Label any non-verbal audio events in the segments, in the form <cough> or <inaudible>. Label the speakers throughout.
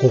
Speaker 1: こ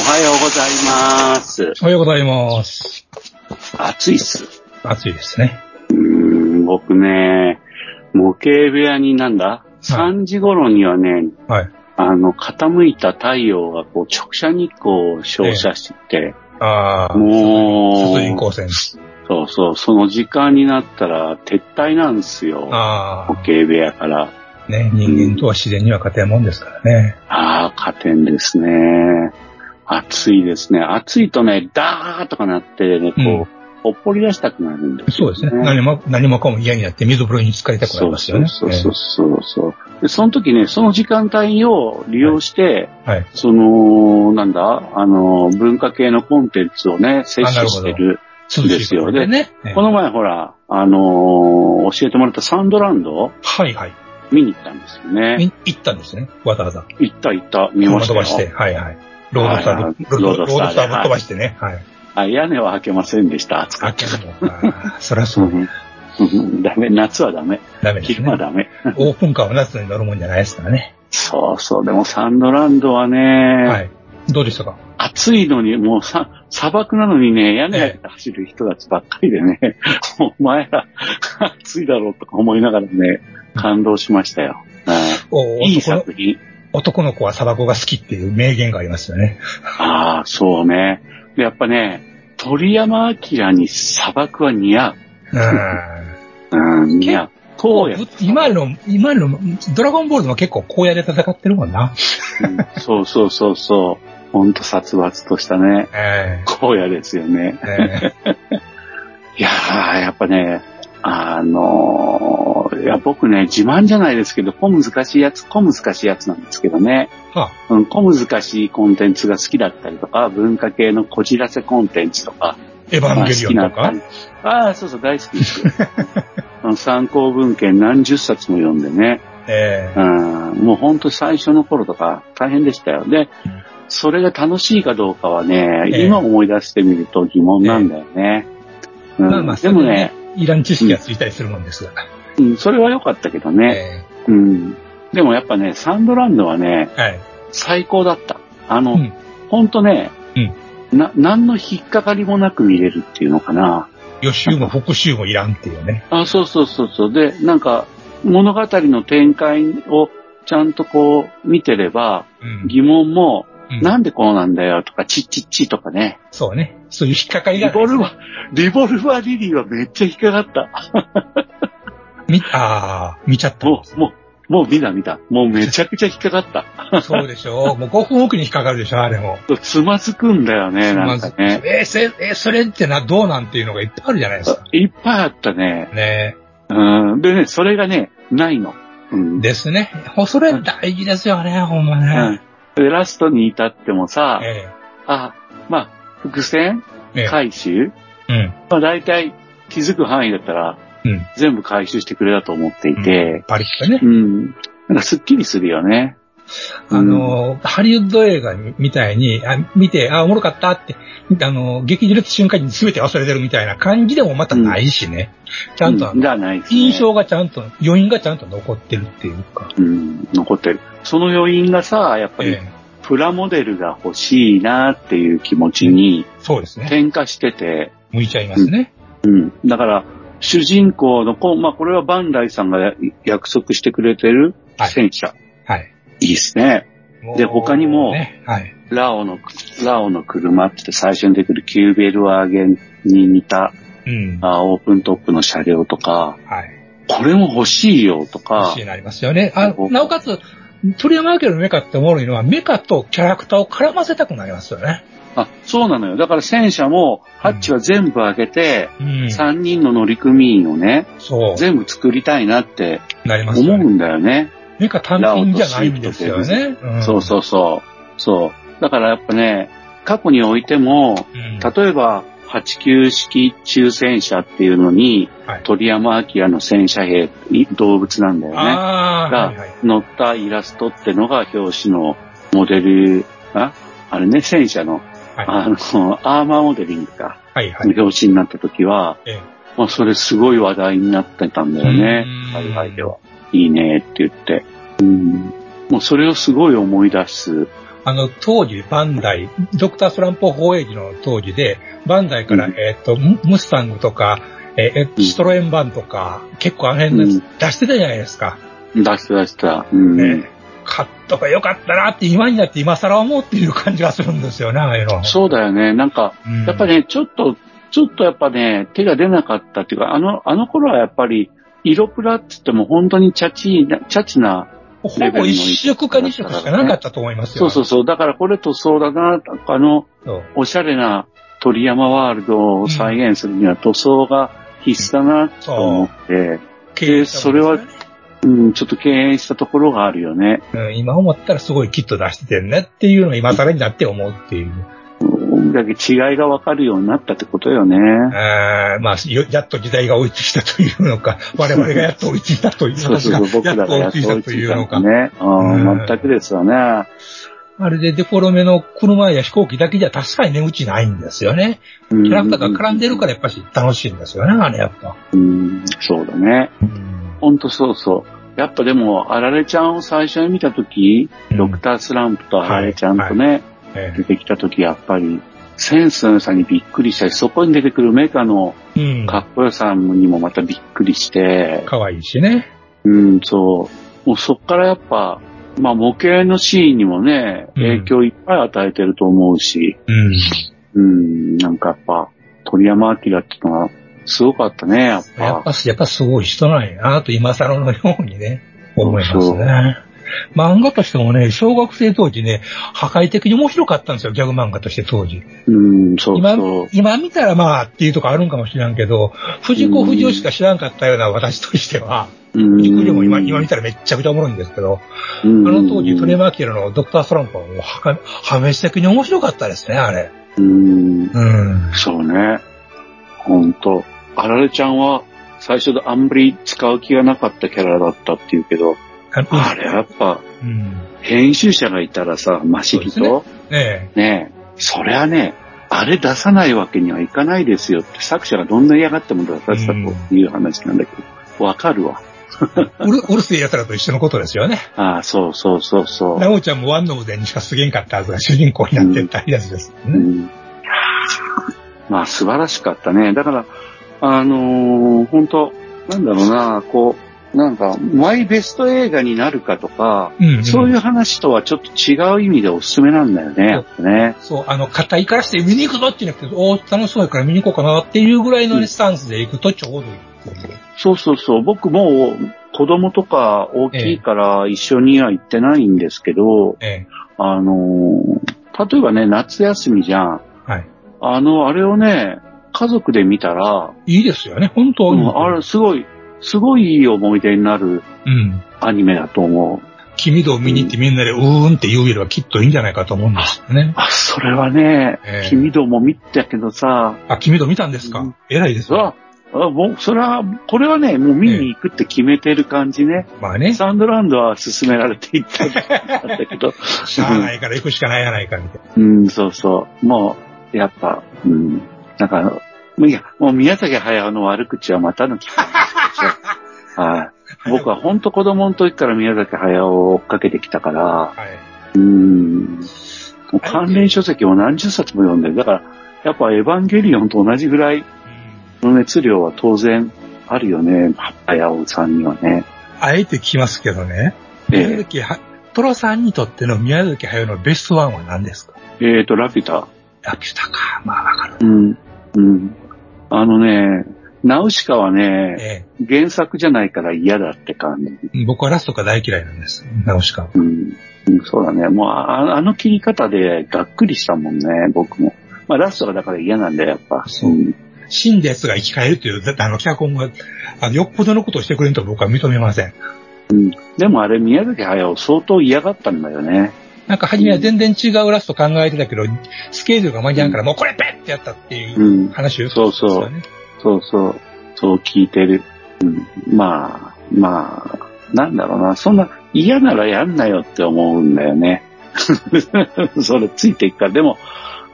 Speaker 2: おはようございます。
Speaker 1: おはようございます
Speaker 2: 暑いっす。
Speaker 1: 暑いですね
Speaker 2: うーん、僕ね、模型部屋になんだ ?3 時頃にはね、
Speaker 1: はい
Speaker 2: あの、傾いた太陽がこう直射日光を照射してきて、
Speaker 1: ああ
Speaker 2: も
Speaker 1: 人
Speaker 2: う、
Speaker 1: 光線
Speaker 2: そうそう、その時間になったら撤退なんですよ。
Speaker 1: あ
Speaker 2: 模型部屋から。
Speaker 1: あね人間とは自然には勝てんもんですからね
Speaker 2: ああ、加点ですね。暑いですね。暑いとね、ダーッとかなってね、こう、ほっぽり出したくなるんです
Speaker 1: そうですね。何も、何もかも嫌になって水風呂に浸かりたくなりますよね。
Speaker 2: そうそうそうそうそう。で、その時ね、その時間帯を利用して、
Speaker 1: はいはい
Speaker 2: その、なんだ、あの、文化系のコンテンツをね、摂取してる。
Speaker 1: ええ涼しいところでね。ええ
Speaker 2: この前ほら、あの教えてもらったサンドランド
Speaker 1: はいはい。
Speaker 2: 見に行ったんですよね。
Speaker 1: み行ったんですね。わざわざ。
Speaker 2: 行った行った、見ま
Speaker 1: 車
Speaker 2: した
Speaker 1: 飛ばして。
Speaker 2: よ。
Speaker 1: はいはい。ロードスタ
Speaker 2: はいは
Speaker 1: ー
Speaker 2: い
Speaker 1: ぶ、ロード
Speaker 2: ロード
Speaker 1: ロードス
Speaker 2: スターで
Speaker 1: ターぶっ飛ばしてね。はい。
Speaker 2: あ、屋根は開けませんでした。暑か
Speaker 1: あ
Speaker 2: った。
Speaker 1: あーそりゃそうう。
Speaker 2: んうんダメ、夏はダメ。
Speaker 1: ダメです
Speaker 2: 昼間
Speaker 1: ね。
Speaker 2: ダメ。
Speaker 1: オープンカーは夏に乗るもんじゃないですからね。
Speaker 2: そうそう、でもサンドランドはね、
Speaker 1: はい。どうでしたか
Speaker 2: 暑いのに、もうさ、砂漠なのにね、屋根開けて走る人たちばっかりでね、 <laughs> お前ら、暑いだろうとか思いながらね、感動しましたよ。はい
Speaker 1: お
Speaker 2: いい
Speaker 1: 男の
Speaker 2: 作品。
Speaker 1: 男の子は砂漠が好きっていう名言がありますよ
Speaker 2: <laughs>
Speaker 1: ね。
Speaker 2: ああ、そうね。でやっぱね、鳥山明に砂漠は似合う。
Speaker 1: うん。
Speaker 2: うん、似合う。こうや。
Speaker 1: 今の、今の、ドラゴンボールも結構荒野で戦ってるもんな。
Speaker 2: うんそうそうそうそう。ほんと殺伐としたね、
Speaker 1: え
Speaker 2: 荒野ですよね。
Speaker 1: ええ
Speaker 2: いやー、やっぱね、あのーいや、僕ね、自慢じゃないですけど、小難しいやつ、小難しいやつなんですけどね、
Speaker 1: えは
Speaker 2: うん、小難しいコンテンツが好きだったりとか、文化系のこじらせコンテンツとか、
Speaker 1: エヴ
Speaker 2: まあ
Speaker 1: ァン
Speaker 2: 好
Speaker 1: ゲリオ
Speaker 2: き
Speaker 1: ン
Speaker 2: な
Speaker 1: とか。
Speaker 2: ああ、そうそう、大好き
Speaker 1: <laughs>
Speaker 2: ですよ。うん参考文献何十冊も読んでね、
Speaker 1: ええ
Speaker 2: うん、もうほんと最初の頃とか大変でしたよ。で、それが楽しいかどうかはね、
Speaker 1: ええ
Speaker 2: 今思い出してみると疑問なんだよね。うん
Speaker 1: まあまあ、
Speaker 2: でも
Speaker 1: それ
Speaker 2: ね、
Speaker 1: いらん知識がついたりするもんですが。
Speaker 2: うん、それは良かったけどね、
Speaker 1: え
Speaker 2: うん。でもやっぱね、サンドランドはね、
Speaker 1: えはい。
Speaker 2: 最高だった。あの、
Speaker 1: うん
Speaker 2: ほんとね、な、何の引っかかりもなく見れるっていうのかな。
Speaker 1: 予習も復習もいらんっていうね。
Speaker 2: あ、そうそうそうそう。で、なんか、物語の展開をちゃんとこう見てれば、
Speaker 1: うん。
Speaker 2: 疑問も、
Speaker 1: うん
Speaker 2: なんでこうなんだよとか、チッチッチとかね。
Speaker 1: そうね。そういう引っかかり
Speaker 2: リ
Speaker 1: がない
Speaker 2: ボルバー、リボルバーリリーはめっちゃ引っかかった。
Speaker 1: み、ああ、見ちゃったん
Speaker 2: も
Speaker 1: です
Speaker 2: う、もう、もう見た見た。もうめちゃくちゃ引っかか
Speaker 1: <laughs>
Speaker 2: った。
Speaker 1: そうでしょう。もう5分おきに引っかかるでしょ、あれも。
Speaker 2: つまずくんだよね、なんかね。
Speaker 1: えーそれ、えーそれってな、どうなんていうのがいっぱいあるじゃないですか。
Speaker 2: いっぱいあったね。
Speaker 1: ね
Speaker 2: うん。でね、それがね、ないの。うん。で、
Speaker 1: ですね。ほそれ大事ですよね、ほんま
Speaker 2: うん
Speaker 1: ね。、
Speaker 2: でラストに至ってもさ、
Speaker 1: え
Speaker 2: あ、まあ、伏線
Speaker 1: ええ
Speaker 2: 回収、
Speaker 1: え
Speaker 2: まあ大体気づく範囲だったら
Speaker 1: うん。うん。
Speaker 2: 全部回収してくれたと思っていて、
Speaker 1: パリッとね
Speaker 2: う。ん。なんかすっきりするよね。
Speaker 1: あの、ハリウッド映画みたいに、あ見て、あ、おもろかったって、あの、劇場出た瞬間に全て忘れてるみたいな感じでもまたないしね。ちゃんとあ
Speaker 2: う
Speaker 1: の、
Speaker 2: じゃないですね。
Speaker 1: 印象がちゃんと、余韻がちゃんと残ってるっていうか。
Speaker 2: うん、残ってる。その余韻がさ、やっぱり
Speaker 1: ええ
Speaker 2: プラモデルが欲しいなっていう気持ちに
Speaker 1: そうですね。
Speaker 2: 転化してて、
Speaker 1: 向いちゃいますね。
Speaker 2: うん。だから、主人公の子、まあ、これはバンダイさんがや約束してくれてる
Speaker 1: はい
Speaker 2: 戦車。
Speaker 1: はい。
Speaker 2: い、いですね。
Speaker 1: もう
Speaker 2: で他にも
Speaker 1: ね、はい。
Speaker 2: ラオの、ラオの車って最初に出てくるキューベルワーゲンに似た
Speaker 1: うん。は
Speaker 2: あオープントップの車両とか、
Speaker 1: い。
Speaker 2: これも欲しいよとか
Speaker 1: 欲し、いなりますよね。あ
Speaker 2: そう
Speaker 1: なおかつ、鳥山明のメカっておもろいのは、メカとキャラクターを絡ませたくなりますよね。
Speaker 2: あ、そうなのよ。だから戦車も、ハッチは全部開けて、
Speaker 1: うん。
Speaker 2: 3人の乗組員をね、
Speaker 1: そ
Speaker 2: 全部作りたいなって
Speaker 1: う。なります
Speaker 2: 思
Speaker 1: よね。
Speaker 2: うんだよね。
Speaker 1: メカ単品じゃないんですよね。
Speaker 2: そうそうそう。そう。だからやっぱね、過去においても、
Speaker 1: うん。うん。
Speaker 2: 例えば、89式中戦車っていうのに、
Speaker 1: はい
Speaker 2: 鳥山明の戦車兵、い動物なんだよね。
Speaker 1: ああ、
Speaker 2: が
Speaker 1: はいはい。
Speaker 2: 乗ったイラストってのが表紙のモデル、ああれね、戦車の、
Speaker 1: は
Speaker 2: あの、アーマーモデリングか、
Speaker 1: い。はいはい。
Speaker 2: の表紙になった時は、
Speaker 1: ええ
Speaker 2: まあそれすごい話題になってたんだよね。
Speaker 1: うん
Speaker 2: 海外では。いいねって言って。うん。もうそれをすごい思い出す。
Speaker 1: あの、当時、バンダイ、ドクター・ストランポ放映時の当時で、バンダイから、
Speaker 2: うん
Speaker 1: えっと、ムムスタングとか、えーえー
Speaker 2: うん
Speaker 1: シトロエンバンとか、結構あの辺のやつ
Speaker 2: うん
Speaker 1: 出してたじゃないですか。
Speaker 2: 出した出した。うん。
Speaker 1: ね買っとかよかったなって今になって今更思うっていう感じがするんですよね、ああいうの。
Speaker 2: そうだよね。なんか、
Speaker 1: うん
Speaker 2: やっぱりね、ちょっと、ちょっとやっぱね、手が出なかったっていうか、あの、あの頃はやっぱり、色プラって言っても本当にチャチな、チャチな、
Speaker 1: ほぼ一色か二色しかなかったと思います
Speaker 2: そ
Speaker 1: よ。
Speaker 2: うそうそう、だからこれ塗装だな、あの、
Speaker 1: そう。
Speaker 2: おしゃれな鳥山ワールドを再現するには塗装が必須だな、と思って、
Speaker 1: 経営者もですよね
Speaker 2: そうん、ちょっと敬遠したところがあるよね。
Speaker 1: うん今思ったらすごいキット出しててんねっていうのが今更になって思うっていう。
Speaker 2: だけ違いがわかるようになったってことよね。
Speaker 1: えーまあ、よやっと時代が追いついたというの
Speaker 2: <laughs>
Speaker 1: か、我々がやっと追いついたという、
Speaker 2: そう
Speaker 1: 私
Speaker 2: そ
Speaker 1: が
Speaker 2: うそう、僕
Speaker 1: や
Speaker 2: ら
Speaker 1: っと
Speaker 2: が
Speaker 1: 追
Speaker 2: や
Speaker 1: い
Speaker 2: っ
Speaker 1: つい
Speaker 2: と追い
Speaker 1: たと
Speaker 2: つい
Speaker 1: いう
Speaker 2: たん
Speaker 1: の
Speaker 2: だ
Speaker 1: か。
Speaker 2: ね。う
Speaker 1: うん
Speaker 2: ん、全くですわね。
Speaker 1: あれでデフォルメの車や飛行機だけじゃ確かに値打ちないんですよね。
Speaker 2: キ
Speaker 1: キャラクターが絡んでるからやっぱし楽しいんですよね、あれやっぱ。
Speaker 2: うん、そうだね。
Speaker 1: うん
Speaker 2: ほんとそうそう。やっぱでも、あられちゃんを最初に見たとき、ドクタースランプとあられちゃんとね、
Speaker 1: え
Speaker 2: 出てきたとき、やっぱり、センスの良さにびっくりしたし、そこに出てくるメカの
Speaker 1: えうん。
Speaker 2: かっこよさにもまたびっくりして、
Speaker 1: かわいいしね。
Speaker 2: うん、そう。もうそっからやっぱ、まあ模型のシーンにもね、
Speaker 1: うん
Speaker 2: 影響いっぱい与えてると思うし、
Speaker 1: うん。
Speaker 2: <laughs> うん、なんかやっぱ、鳥山明っていうのは、すごかったね、やっ
Speaker 1: やっ
Speaker 2: ぱ。
Speaker 1: ぱ、やっぱすごい人なんやなと今更のようにね、思いま
Speaker 2: そ
Speaker 1: す
Speaker 2: う
Speaker 1: ね。漫画としてもね、小学生当時ね、破壊的に面白かったんですよ、ギャグ漫画として当時。
Speaker 2: うん、そう
Speaker 1: 今
Speaker 2: そう、。
Speaker 1: 今見たらまあっていうとこあるんかもしれんけど、藤子不二雄しか知らんかったような私としては、
Speaker 2: うん
Speaker 1: 藤子不二雄も今今見たらめっちゃくちゃおもろいんですけど、
Speaker 2: あ
Speaker 1: あの当時、トレマーキルのドクター・ストランプはもう破壊破滅的に面白かったですね、あれ。
Speaker 2: うん、
Speaker 1: うん。
Speaker 2: そうね。ほんと。あられちゃんは、最初であんまり使う気がなかったキャラだったっていうけど、
Speaker 1: あの
Speaker 2: あれやっぱ、
Speaker 1: うん。
Speaker 2: 編集者がいたらさ、マシリと、
Speaker 1: ね
Speaker 2: ねえ、そりゃね、あれ出さないわけにはいかないですよって、作者がどんな嫌がっても出させたという話なんだけど、わかるわ。
Speaker 1: え。うる、うるせえ奴らと一緒のことですよね。
Speaker 2: ああ、そうそうそうそう。
Speaker 1: ナオちゃんもワンの腕にしかすげんかったはずが主人公になってったやつです、
Speaker 2: う
Speaker 1: ね。
Speaker 2: んまあ素晴らしかったね。だから、あのー本当なんだろうな、こう、なんか、マイベスト映画になるかとか、
Speaker 1: うん、うん。
Speaker 2: そういう話とはちょっと違う意味でおすすめなんだよね、やっぱね。
Speaker 1: そう、あの、硬いからして見に行くぞって言うんだけど、おー楽しそうやから見に行こうかなっていうぐらいのねスタンスで行くとちょうどいいっていう。
Speaker 2: そうそうそう。僕もう子供とか大きいから一緒には行ってないんですけど、
Speaker 1: ええ。
Speaker 2: あのー例えばね、夏休みじゃん。
Speaker 1: はい
Speaker 2: あの、あれをね、家族で見たら、
Speaker 1: いいですよね、本当
Speaker 2: う
Speaker 1: に。
Speaker 2: ん、あれ、すごい、すごいいい思い出になる
Speaker 1: うん。
Speaker 2: アニメだと思う。
Speaker 1: 君どを見に行ってみんなでうーんって言うよりはきっといいんじゃないかと思うんですよね。
Speaker 2: あ、それはね、
Speaker 1: ええ
Speaker 2: 君ども見たけどさ、
Speaker 1: あ、君ど見たんです
Speaker 2: う
Speaker 1: か
Speaker 2: ん
Speaker 1: 偉いです
Speaker 2: そ
Speaker 1: よ。
Speaker 2: ら、あもう、それは、これはね、もう見に行くって決めてる感じね。
Speaker 1: まあね、し
Speaker 2: サンドランドは勧められていったんだけど、 <laughs>
Speaker 1: ゃあないから行くしかないやないかみたいな。
Speaker 2: うん、そうそう。もう、やっぱ、うん、なんか、もういや、もう宮崎駿の悪口はまたの機会です <laughs> よはい。僕は本当子供の時から宮崎駿を追っかけてきたから、
Speaker 1: はい。
Speaker 2: うーん。もう関連書籍を何十冊も読んでる。だから、やっぱエヴァンゲリオンと同じぐらいの熱量は当然あるよね。ハヤオさんにはね。
Speaker 1: あえて聞きますけどね。宮
Speaker 2: え
Speaker 1: 崎は、トロさんにとっての宮崎駿のベストワンは何ですか
Speaker 2: ー、えーと、ラピュタ。
Speaker 1: ラピュタか。まあわかる。
Speaker 2: うん。うん。あのね、ナウシカはね、
Speaker 1: え
Speaker 2: 原作じゃないから嫌だって感じ。
Speaker 1: え、僕はラストが大嫌いなんです。ナウシカ。
Speaker 2: うん。うんそうだね。もうあ、あの切り方でがっくりしたもんね、僕も。まあ、ラストがだから嫌なんだよ、やっぱ。。
Speaker 1: そうん死んだ奴が生き返るという、だってあの脚本が、あの、よっぽどのことをしてくれんと僕は認めません。
Speaker 2: でもあれ、宮崎駿相当嫌がったんだよね。。
Speaker 1: なんか初めは全然違うラスト考えてたけど、スケールが間に合うから、もうこれペッってやったっていううん話を、
Speaker 2: そうそう
Speaker 1: ね。
Speaker 2: そうそう。そう聞いてる。うん。まあ、まあ、なんだろうな。そんな嫌ならやんなよって思うんだよね。 <laughs> それついていくから。でも、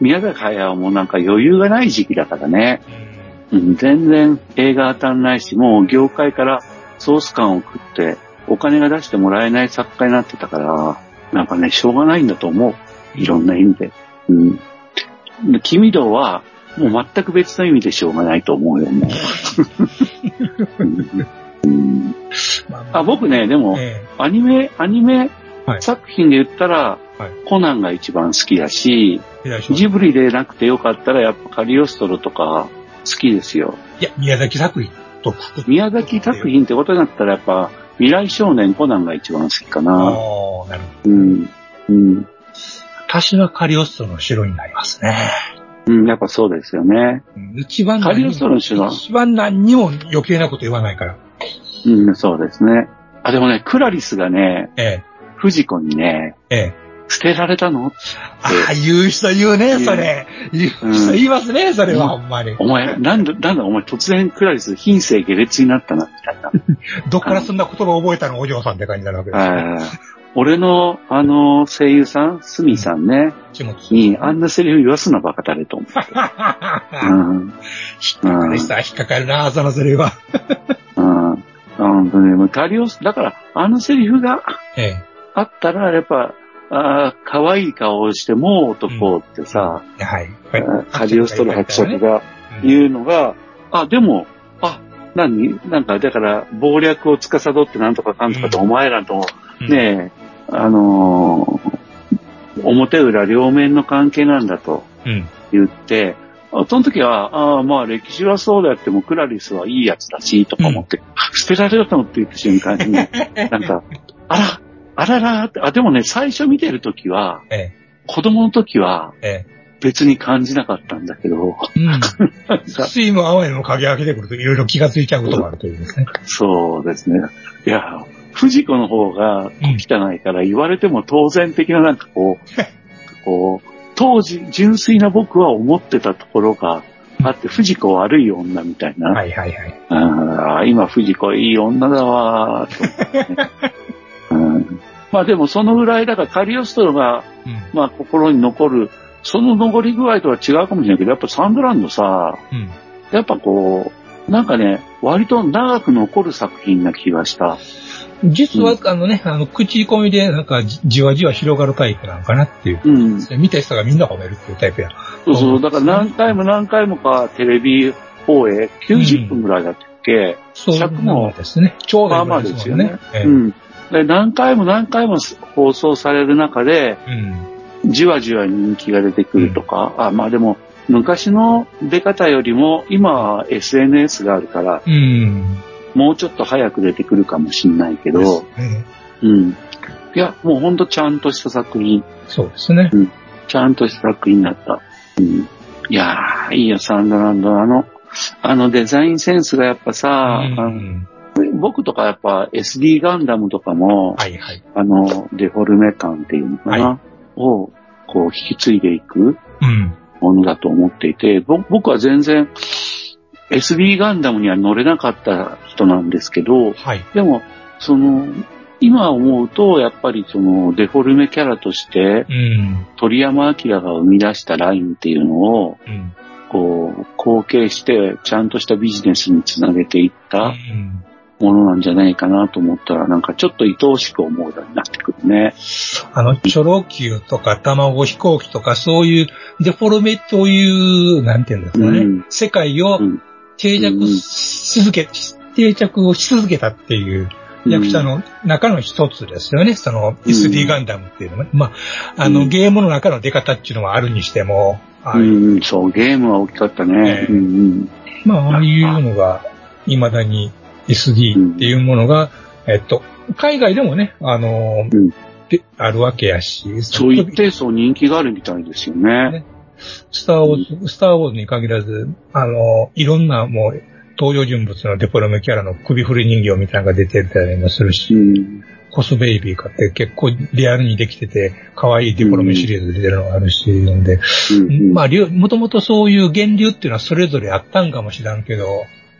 Speaker 2: 宮崎駿もなんか余裕がない時期だからね。うん全然映画当たんないし、もう業界からソース感を送って、お金が出してもらえない作家になってたから、なんかね、しょうがないんだと思う。いろんな意味で。うん。で君堂は、もう全く別の意味でしょうがないと思うよ、もう。うんうん
Speaker 1: <laughs> まあ
Speaker 2: あ僕ね、でも、
Speaker 1: え
Speaker 2: アニメ、アニメ
Speaker 1: はい
Speaker 2: 作品で言ったら、
Speaker 1: はい
Speaker 2: コナンが一番好きだし、
Speaker 1: え左手はい
Speaker 2: ジブリでなくてよかったら、やっぱカリオストロとか好きですよ。
Speaker 1: いや、宮崎作品とくくっ
Speaker 2: 宮崎作品ってことになったらやっぱ、未来少年コナンが一番好きか
Speaker 1: ああ
Speaker 2: な。、
Speaker 1: なるほど。
Speaker 2: うん。うん。
Speaker 1: 私はカリオストロの城になりますね。
Speaker 2: うん、やっぱそうですよね。
Speaker 1: うん一番
Speaker 2: カ
Speaker 1: 何に
Speaker 2: リオ
Speaker 1: も
Speaker 2: ストロの城は
Speaker 1: 一番何にも余計なこと言わないから。
Speaker 2: うん、そうですね。あ、でもね、クラリスがね、
Speaker 1: え
Speaker 2: 藤子にね、
Speaker 1: え、ええ。
Speaker 2: 捨てられたの
Speaker 1: ああ、言う人言うね、それ。言う人言いますね、それは、ほんまに。
Speaker 2: お前、なんだ、なんだ、お前突然クラリス、品性下劣になったな、みたいな。
Speaker 1: どっからそんな言葉を覚えたのお嬢さんって感じになるわけですね。
Speaker 2: あー俺の、あの、声優さん、スミさんね、
Speaker 1: 気持ちいい。
Speaker 2: に、あんなセリフ言わすなバカだれと思う。うん。
Speaker 1: あれさ、引っかかるな、そのセリフは。
Speaker 2: うん。うんとね、もうカリオス、だから、あのセリフが
Speaker 1: ええ。
Speaker 2: あったら、やっぱ、ああ、可愛い顔をして、もう男ってさ、
Speaker 1: はい。
Speaker 2: あカリオストロ伯爵が
Speaker 1: うん。
Speaker 2: 言うのが、あ、でも、あ、何なんか、だから、謀略を司ってなんとかかんとかって、
Speaker 1: うん
Speaker 2: お前らと、ねえ、あのー表裏両面の関係なんだと
Speaker 1: うん。
Speaker 2: 言って、あその時は、ああ、まあ歴史はそうだってもクラリスはいいやつだし、とか思って、捨てられたのって言った瞬
Speaker 1: <laughs>
Speaker 2: 間に、なんか、あら、あららって、あ、でもね、最初見てる時は、
Speaker 1: ええ。
Speaker 2: 子供の時は
Speaker 1: ええ。
Speaker 2: 別に感じなかったんだけど、
Speaker 1: うん。
Speaker 2: なんか、
Speaker 1: 水も青いも影開けてくるといろいろ気がついちゃうことがあるというですね。
Speaker 2: そうですね。いや、藤子の方が
Speaker 1: うん。
Speaker 2: 汚いから言われても当然的ななんかこう、こう、当時純粋な僕は思ってたところがあって、藤子悪い女みたいな。
Speaker 1: はいはいはい。
Speaker 2: ああ、今、藤子いい女だわー <laughs> と、うん。まあでも、そのぐらい、だから、カリオストロが、
Speaker 1: うん。
Speaker 2: まあ、心に残る、その残り具合とは違うかもしれないけど、やっぱサンドランドさ、
Speaker 1: うん。
Speaker 2: やっぱこう、なんかね、割と長く残る作品な気がした。
Speaker 1: 実は、あのね、あの、口コミで、なんかじ、じわじわ広がるタイプなんかなっていう。
Speaker 2: うん。
Speaker 1: 見た人がみんな褒めるっていうタイプや。
Speaker 2: そうそう。だから何回も何回もか、テレビ放映、90分ぐらいだったっけ、
Speaker 1: そうなんですね。ちょうどいいぐらいですもんね。ええ
Speaker 2: うん、で何回も何回も放送される中で、
Speaker 1: うん。
Speaker 2: じわじわ人気が出てくるとか、あ、まあでも、昔の出方よりも、今は SNS があるから、
Speaker 1: うん。
Speaker 2: もうちょっと早く出てくるかもしんないけど、
Speaker 1: ですね
Speaker 2: うん。いや、もうほんとちゃんとした作品、
Speaker 1: そうですね。
Speaker 2: ちゃんとした作品になった。うん。いやー、いいよ、サンドランド。あの、あのデザインセンスがやっぱさ、
Speaker 1: うん
Speaker 2: あの僕とかやっぱ SD ガンダムとかも、
Speaker 1: はいはい。
Speaker 2: あの、デフォルメ感っていうのかな、
Speaker 1: は
Speaker 2: を、こう引き継いでいく。
Speaker 1: うん。
Speaker 2: ものだと思っていて、ぼ僕は全然 SB ガンダムには乗れなかった人なんですけど、
Speaker 1: はい。
Speaker 2: でも、その、今思うと、やっぱりそのデフォルメキャラとして
Speaker 1: うん。
Speaker 2: 鳥山明が生み出したラインっていうのを、
Speaker 1: うん。
Speaker 2: こう、後継して、ちゃんとしたビジネスにつなげていっ
Speaker 1: う
Speaker 2: た
Speaker 1: ん
Speaker 2: ものなんじゃないかなと思ったら、なんかちょっと愛おしく思うようになってくるね。
Speaker 1: あの、チョロ Q とか卵飛行機とかそういうデフォルメという、なんていうんですかね、
Speaker 2: うん
Speaker 1: 世界を
Speaker 2: うん
Speaker 1: 定着し続け、定着をし続けたっていう役者の中の一つですよね。その SD ガンダムっていうのは、まあ、あ
Speaker 2: う
Speaker 1: の、
Speaker 2: ん
Speaker 1: ゲームの中の出方っていうのはあるにしても、ああ
Speaker 2: う、
Speaker 1: いうん
Speaker 2: そう、ゲームは大きかったね。
Speaker 1: ええ
Speaker 2: うんうん
Speaker 1: まあ、ああいうのが、未だに SD っていうものが、えっと、海外でもね、あのー
Speaker 2: うん
Speaker 1: で、あるわけやし、
Speaker 2: そう一定層人気があるみたいですよね。
Speaker 1: スターウォーズ、スターウォーズに限らず、あの、いろんなもう、登場人物のデフォルメキャラの首振り人形みたいなのが出てたりもするし、
Speaker 2: うん。
Speaker 1: コスベイビー買って結構リアルにできてて、可愛いデフォルメシリーズ出てるのがあるし、んで、
Speaker 2: うん。
Speaker 1: まあ、流もともとそういう源流っていうのはそれぞれあったんかもしらんけど、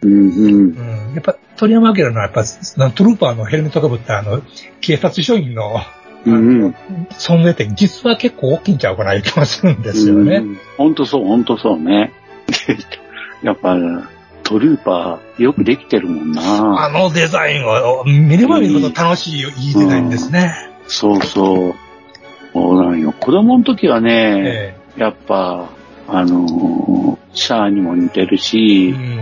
Speaker 2: うん。
Speaker 1: うん、やっぱ鳥山明のはやっぱ、トルーパーのヘルメットかぶったあの、警察署員の、
Speaker 2: うん。うん。
Speaker 1: 存在って実は結構大きいんちゃうかな、いう気もするんですよね。
Speaker 2: うん。ほんとそう、ほんとそうね。やっぱ、トルーパー、よくできてるもんな。
Speaker 1: あのデザインは見れば見るほど楽しい、いいデザインですね。
Speaker 2: そうそう。そうなんよ。子供の時はね、
Speaker 1: え
Speaker 2: やっぱ、あのーシャアにも似てる
Speaker 1: え
Speaker 2: し
Speaker 1: う、ん。
Speaker 2: え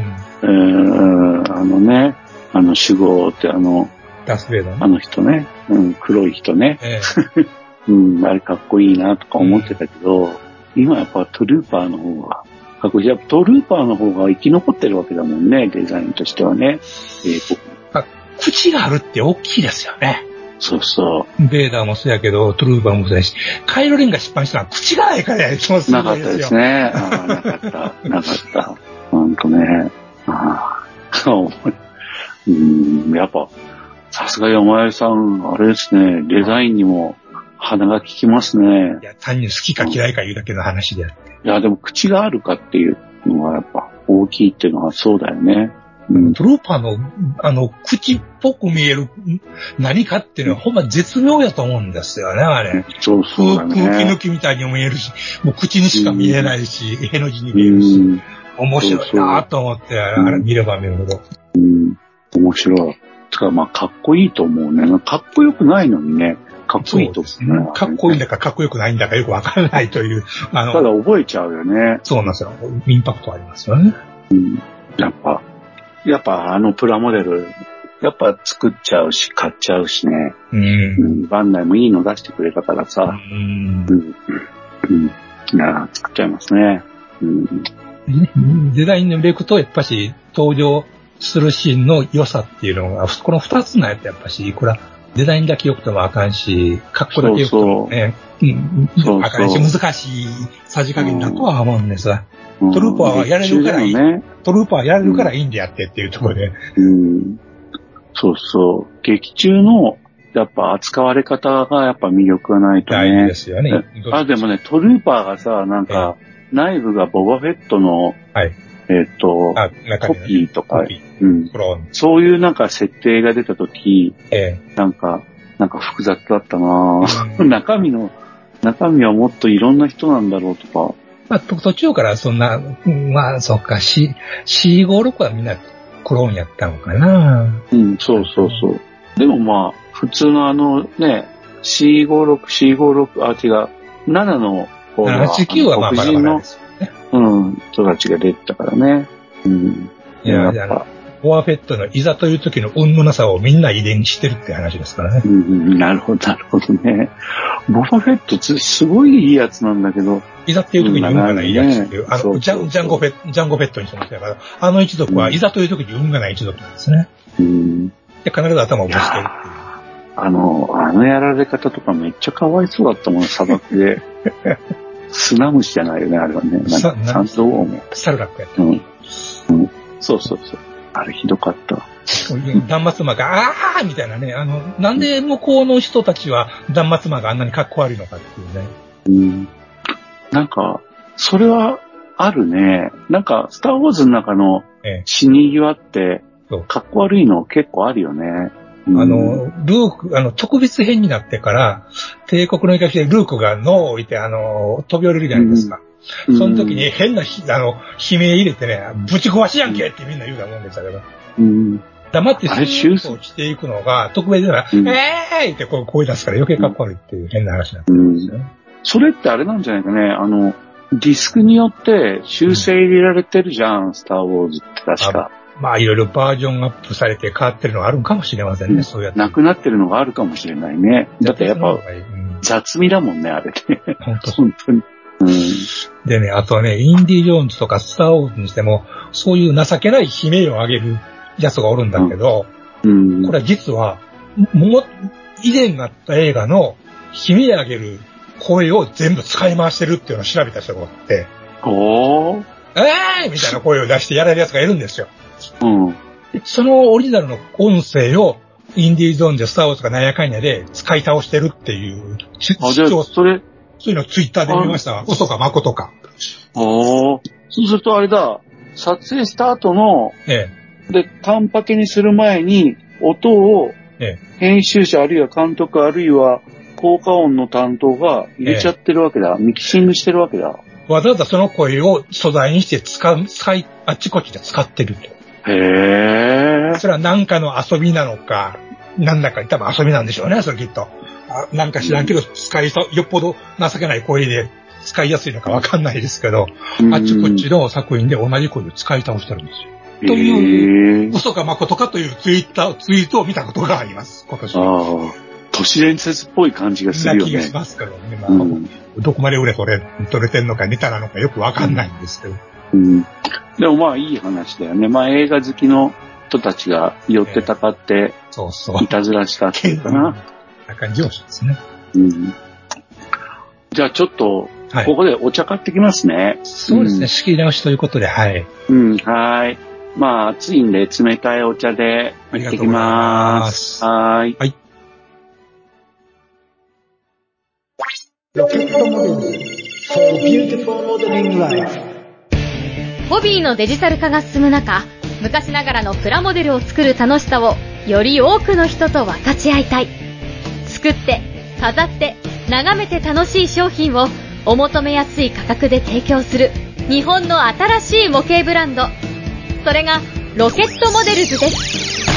Speaker 2: ーあのね、あの、主語ってあの、
Speaker 1: ダースベイダー
Speaker 2: あ
Speaker 1: の。
Speaker 2: の人ね、うん、黒い人ね、
Speaker 1: ええ <laughs>
Speaker 2: うん、あれかっこいいなとか思ってたけど、今やっぱトルーパーの方が、かっこいい。やっぱトルーパーの方が生き残ってるわけだもんね、デザインとしてはね。えーこ
Speaker 1: 口があるって大きいですよね。
Speaker 2: そうそ
Speaker 1: ベーダーもそうやけど、トゥルーバーもそうやし、カイロリンが失敗したのは口がないからや気もす
Speaker 2: う。
Speaker 1: る
Speaker 2: なんかった
Speaker 1: です
Speaker 2: で
Speaker 1: よ。
Speaker 2: すね。あーなかった。なかった。ほんとね。ああ。うん、やっぱ、さすが山井さん、あれですね、デザインにも鼻が利きますね。
Speaker 1: いや、単に好きか嫌いか言うだけの話であって。
Speaker 2: いや、でも口があるかっていうのはやっぱ大きいっていうのはそうだよね。うん。
Speaker 1: トゥルーパーの、あの、口っぽく見えるん何かっていうのはほんま絶妙やと思うんですよね、あれ。
Speaker 2: そうそうだ
Speaker 1: 空
Speaker 2: ね。
Speaker 1: 空気抜きみたいにも見えるし、もう口にしか見えないし、への字に
Speaker 2: う
Speaker 1: 見えるし、
Speaker 2: ん。
Speaker 1: 面白いなぁと思って、
Speaker 2: そう
Speaker 1: あれ見れば見るほど。
Speaker 2: うん。面白い。つか、まあ、かっこいいと思うね。かっこよくないのにね、かっこいいと思うね。
Speaker 1: かっこいいん
Speaker 2: だ
Speaker 1: だかかっこよくないんだかよくわからないという、あ
Speaker 2: ただ
Speaker 1: の、
Speaker 2: 覚えちゃうよね。
Speaker 1: そうなんですよ。インパクトありますよね。
Speaker 2: やっぱ、やっぱあのプラモデル、やっぱ作っちゃうし、買っちゃうしね。
Speaker 1: う。
Speaker 2: うんん。バンダイもいいの出してくれたからさ。
Speaker 1: うん
Speaker 2: う。ん。うん。いや、作っちゃいますね。うん。
Speaker 1: ねデザインのでいくと、やっぱし、登場するシーンの良さっていうのが、この二つのやつやっぱし、いくら、デザインだけ良くてもあかんし、格好だけ良くてもね、うん
Speaker 2: そうそう
Speaker 1: あかんし、難しいさじ加減だとは思うんですが、トルーパーはやれるからいい
Speaker 2: 劇中でもね。
Speaker 1: トルーパーやられるからいいんでやってっていうところで、
Speaker 2: うん。そうそう。劇中の、やっぱ扱われ方がやっぱ魅力がないと
Speaker 1: 大事
Speaker 2: ね
Speaker 1: で。すよね。
Speaker 2: あ、でもね、トルーパーがさ、なんか、内部がボバフェットの、
Speaker 1: はい
Speaker 2: えっと、
Speaker 1: あ、中
Speaker 2: コ
Speaker 1: 身の
Speaker 2: ピーとか
Speaker 1: コ、ピー
Speaker 2: うん。
Speaker 1: この
Speaker 2: そういうなんか設定が出たとき、
Speaker 1: え
Speaker 2: なんか、なんか複雑だったなぁ。 <laughs>
Speaker 1: え
Speaker 2: 中身の、中身はもっといろんな人なんだろうとか、
Speaker 1: まあ、と途中からそんな、うんまあ、そっか、C、C56 はみんなクローンやったのかな。
Speaker 2: うん、そうそうそう。でもまあ、普通のあのね、C56、C56、あ、違う、7の方が、
Speaker 1: 79はまあバラ
Speaker 2: 黒人
Speaker 1: バラ
Speaker 2: の
Speaker 1: で、す。
Speaker 2: うん、人たちが出てたからね。うん。
Speaker 1: いや
Speaker 2: やっぱ、
Speaker 1: ボアフェットのいざという時の運のなさをみんな遺伝してるって話ですからね。
Speaker 2: うんうん、なるほど、なるほどね。ボバフェットつ、すごいいいやつなんだけど、
Speaker 1: いざっていう時に運がないやつっていう、
Speaker 2: うん
Speaker 1: あ
Speaker 2: そ
Speaker 1: の、
Speaker 2: う
Speaker 1: ジ
Speaker 2: そ
Speaker 1: ャ
Speaker 2: うそう
Speaker 1: ンジャンゴフェット、ジャンゴフェットにしましたから、あの一族は
Speaker 2: うん
Speaker 1: いざという時に運がない一族なんですね。
Speaker 2: うん。
Speaker 1: で、必ず頭を
Speaker 2: い
Speaker 1: ぶ
Speaker 2: や
Speaker 1: つける。
Speaker 2: ーあの、あのやられ方とかめっちゃかわいそうだったもん、砂
Speaker 1: <laughs>
Speaker 2: 漠で。砂虫じゃないよね、あれはね。なん
Speaker 1: さ
Speaker 2: か、サンドウォーム
Speaker 1: サルラックやった。
Speaker 2: うん。うん。そうそうそう。あれひどかった。
Speaker 1: 断末魔が、あーみたいなね、あの、なんで向こうの人たちは断末魔があんなに格好悪いのかっていうね。
Speaker 2: うん。なんか、それはあるね。なんか、スターウォーズの中の
Speaker 1: ええ
Speaker 2: 死に際って
Speaker 1: そう、
Speaker 2: かっこ悪いの結構あるよね。うん
Speaker 1: あ、の、ルーク、あの、特別編になってから、帝国の生きでルークが脳を置いて、あの、飛び降りるじゃないですか。その時に変なひ、あの、悲鳴入れてね、ぶち壊しやんけってみんな言うと思うんですけど、
Speaker 2: うん、
Speaker 1: 黙ってス
Speaker 2: あれ
Speaker 1: ーッと落ちていくのが、特別な、
Speaker 2: うん
Speaker 1: えーいってこう声出すから余計かっこ悪いっていう変な話なんで
Speaker 2: う
Speaker 1: す
Speaker 2: ん。
Speaker 1: よね。
Speaker 2: それってあれなんじゃないかね。あの、ディスクによって修正入れられてるじゃん、スターウォーズって確か。
Speaker 1: まあいろいろバージョンアップされて変わってるのはあるんかもしれません
Speaker 2: う
Speaker 1: ね、
Speaker 2: ん
Speaker 1: そうやって。
Speaker 2: なくなってるのがあるかもしれないね。だってやっぱ
Speaker 1: うん、
Speaker 2: 雑味だもんね、あれね。
Speaker 1: 本当そう
Speaker 2: 本当に。うん。
Speaker 1: でね、あとはね、インディ・ジョーンズとかスター・ウォーズにしても、そういう情けない悲鳴を上げるやつがおるんだけど、
Speaker 2: うん。
Speaker 1: これは実は、も、以前があった映画の悲鳴上げる声を全部使い回してるっていうのを調べた人がおって、
Speaker 2: おー。
Speaker 1: えーいみたいな声を出してやられるやつがいるんですよ。
Speaker 2: うん。
Speaker 1: でそのオリジナルの音声を、インディーゾーンでスターウォーズとかなんやかんやで使い倒してるっていう、し
Speaker 2: あ、じ
Speaker 1: 主
Speaker 2: ゃ
Speaker 1: 張
Speaker 2: あ、それ、
Speaker 1: そういうのをツイッターで見ましたわ。嘘か誠か。
Speaker 2: おー。そうするとあれだ、撮影した後の、
Speaker 1: え
Speaker 2: で、カンパケにする前に、音を
Speaker 1: ええ、
Speaker 2: 編集者あるいは監督あるいは効果音の担当が入れちゃってるわけだ。ミキシングしてるわけだ。
Speaker 1: え。わざわざその声を素材にして使う、使い、あっちこっちで使ってると。
Speaker 2: へー。
Speaker 1: それは何かの遊びなのか、何らか、多分遊びなんでしょうね、それきっと。あなんか知らんけど、使いさ、よっぽど情けない声で使いやすいのかわかんないですけど、あっちこっちの作品で同じ声を使い倒してるんですよ。
Speaker 2: うん
Speaker 1: とい
Speaker 2: へー
Speaker 1: 嘘か誠かというツイッター、ツイートを見たことがあります、今年。
Speaker 2: ああ、都市伝説っぽい感じがす
Speaker 1: な
Speaker 2: るよ
Speaker 1: 気がし
Speaker 2: ね。
Speaker 1: ますけどね。まあ
Speaker 2: うん
Speaker 1: どこまで売れ取れ、取れてんのかネタなのかよくわかんないんですけど。
Speaker 2: うん、でもまあいい話だよね。まあ映画好きの人たちが寄ってたかって、
Speaker 1: そうそう。
Speaker 2: <laughs> いたずらしたっていうか
Speaker 1: な <laughs>
Speaker 2: な。
Speaker 1: 感じをしますね。
Speaker 2: うん、じゃあちょっと、
Speaker 1: はい。
Speaker 2: ここでお茶買ってきますね。
Speaker 1: そうです
Speaker 2: う
Speaker 1: ね、
Speaker 2: ん
Speaker 1: 仕切り直しということで、はい。
Speaker 2: うん、はーい。まあ暑いんで冷たいお茶で
Speaker 1: ありがと
Speaker 2: 行って
Speaker 1: う
Speaker 2: き
Speaker 1: ござい
Speaker 2: ま。
Speaker 1: ますす。
Speaker 2: はーい。
Speaker 3: ロケットモデル for beautiful modeling life
Speaker 4: ホビーのデジタル化が進む中、昔ながらのプラモデルを作る楽しさをより多くの人と分かち合いたい。作って、飾って、眺めて楽しい商品をお求めやすい価格で提供する日本の新しい模型ブランド。それがロケットモデルズです。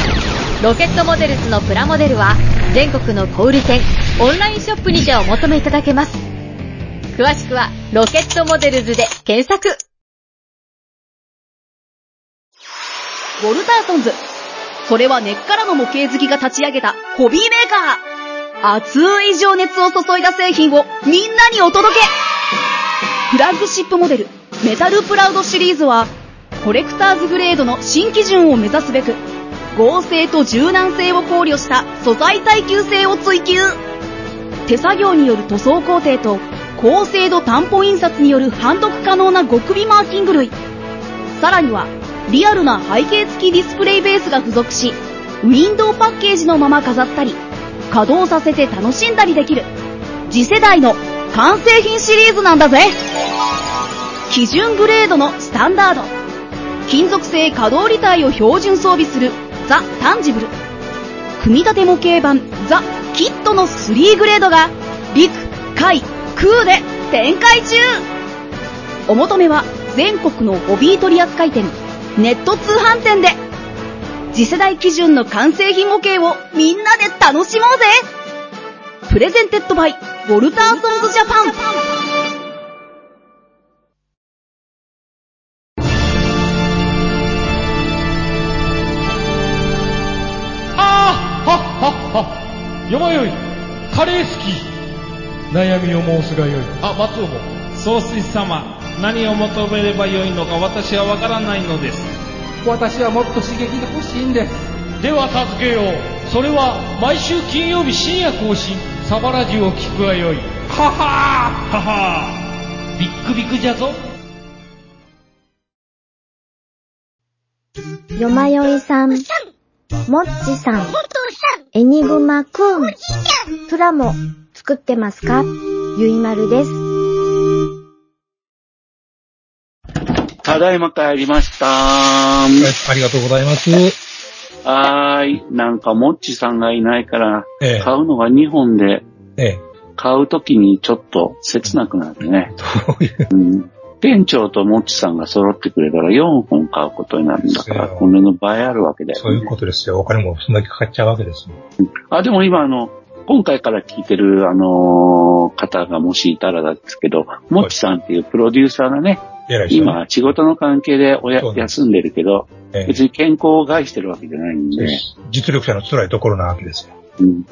Speaker 4: ロケットモデルズのプラモデルは全国の小売店、オンラインショップにてお求めいただけます。詳しくはロケットモデルズで検索。ウォルターソンズ。それは根っからの模型好きが立ち上げたホビーメーカー。熱い情熱を注いだ製品をみんなにお届けフラッグシップモデル、メタルプラウドシリーズは、コレクターズグレードの新基準を目指すべく、合成と柔軟性を考慮した素材耐久性を追求。手作業による塗装工程と、高精度担保印刷による判読可能な極微マーキング類。さらには、リアルな背景付きディスプレイベースが付属し、ウィンドウパッケージのまま飾ったり、稼働させて楽しんだりできる、次世代の完成品シリーズなんだぜ基準グレードのスタンダード。金属製可動履帯を標準装備するザ・タンジブル。組み立て模型版ザ・キットの3グレードが、陸、海、空で展開中お求めは全国のホビー取扱店、ネット通販店で。次世代基準の完成品模型をみんなで楽しもうぜプレゼンテッドバイ、ウォルターソンズジャパン
Speaker 5: あーはっはっはよまよいカレー好き悩みを申すがよいあ松尾も
Speaker 6: 総帥様何を求めればよいのか私はわからないのです
Speaker 5: 私はもっと刺激が欲しいんですでは助けようそれは毎週金曜日深夜更新サバラジュを聞くがよいははーははービックビックじゃぞ
Speaker 7: よまよいさん、もっちさん、エニグマくん、プラも作ってますかゆいまるです。
Speaker 2: ただいま帰りました。は
Speaker 1: ありがとうございます。
Speaker 2: ーい。なんか、もっちさんがいないから、
Speaker 1: ええ
Speaker 2: 買うのが2本で、
Speaker 1: え
Speaker 2: <laughs>
Speaker 1: え。
Speaker 2: 買うときにちょっと切なくなるね。
Speaker 1: どういう。
Speaker 2: うん。店長ともっちさんが揃ってくれたら4本買うことになるんだから、
Speaker 1: そう
Speaker 2: これの倍あるわけだよ、ね。
Speaker 1: そういうことですよ。お金もそんだけかかっちゃうわけですよ。
Speaker 2: あ、でも今あの、今回から聞いてる、あのー方がもしいたらなんですけど、もっちさんっていうプロデューサーがね、
Speaker 1: 偉い人ね。
Speaker 2: 今仕事の関係でおや
Speaker 1: そうなんです
Speaker 2: 休んでるけど、
Speaker 1: ええ
Speaker 2: 別に健康を害してるわけじゃないんで、
Speaker 1: 実力者の辛いところなわけですよ。
Speaker 2: うん。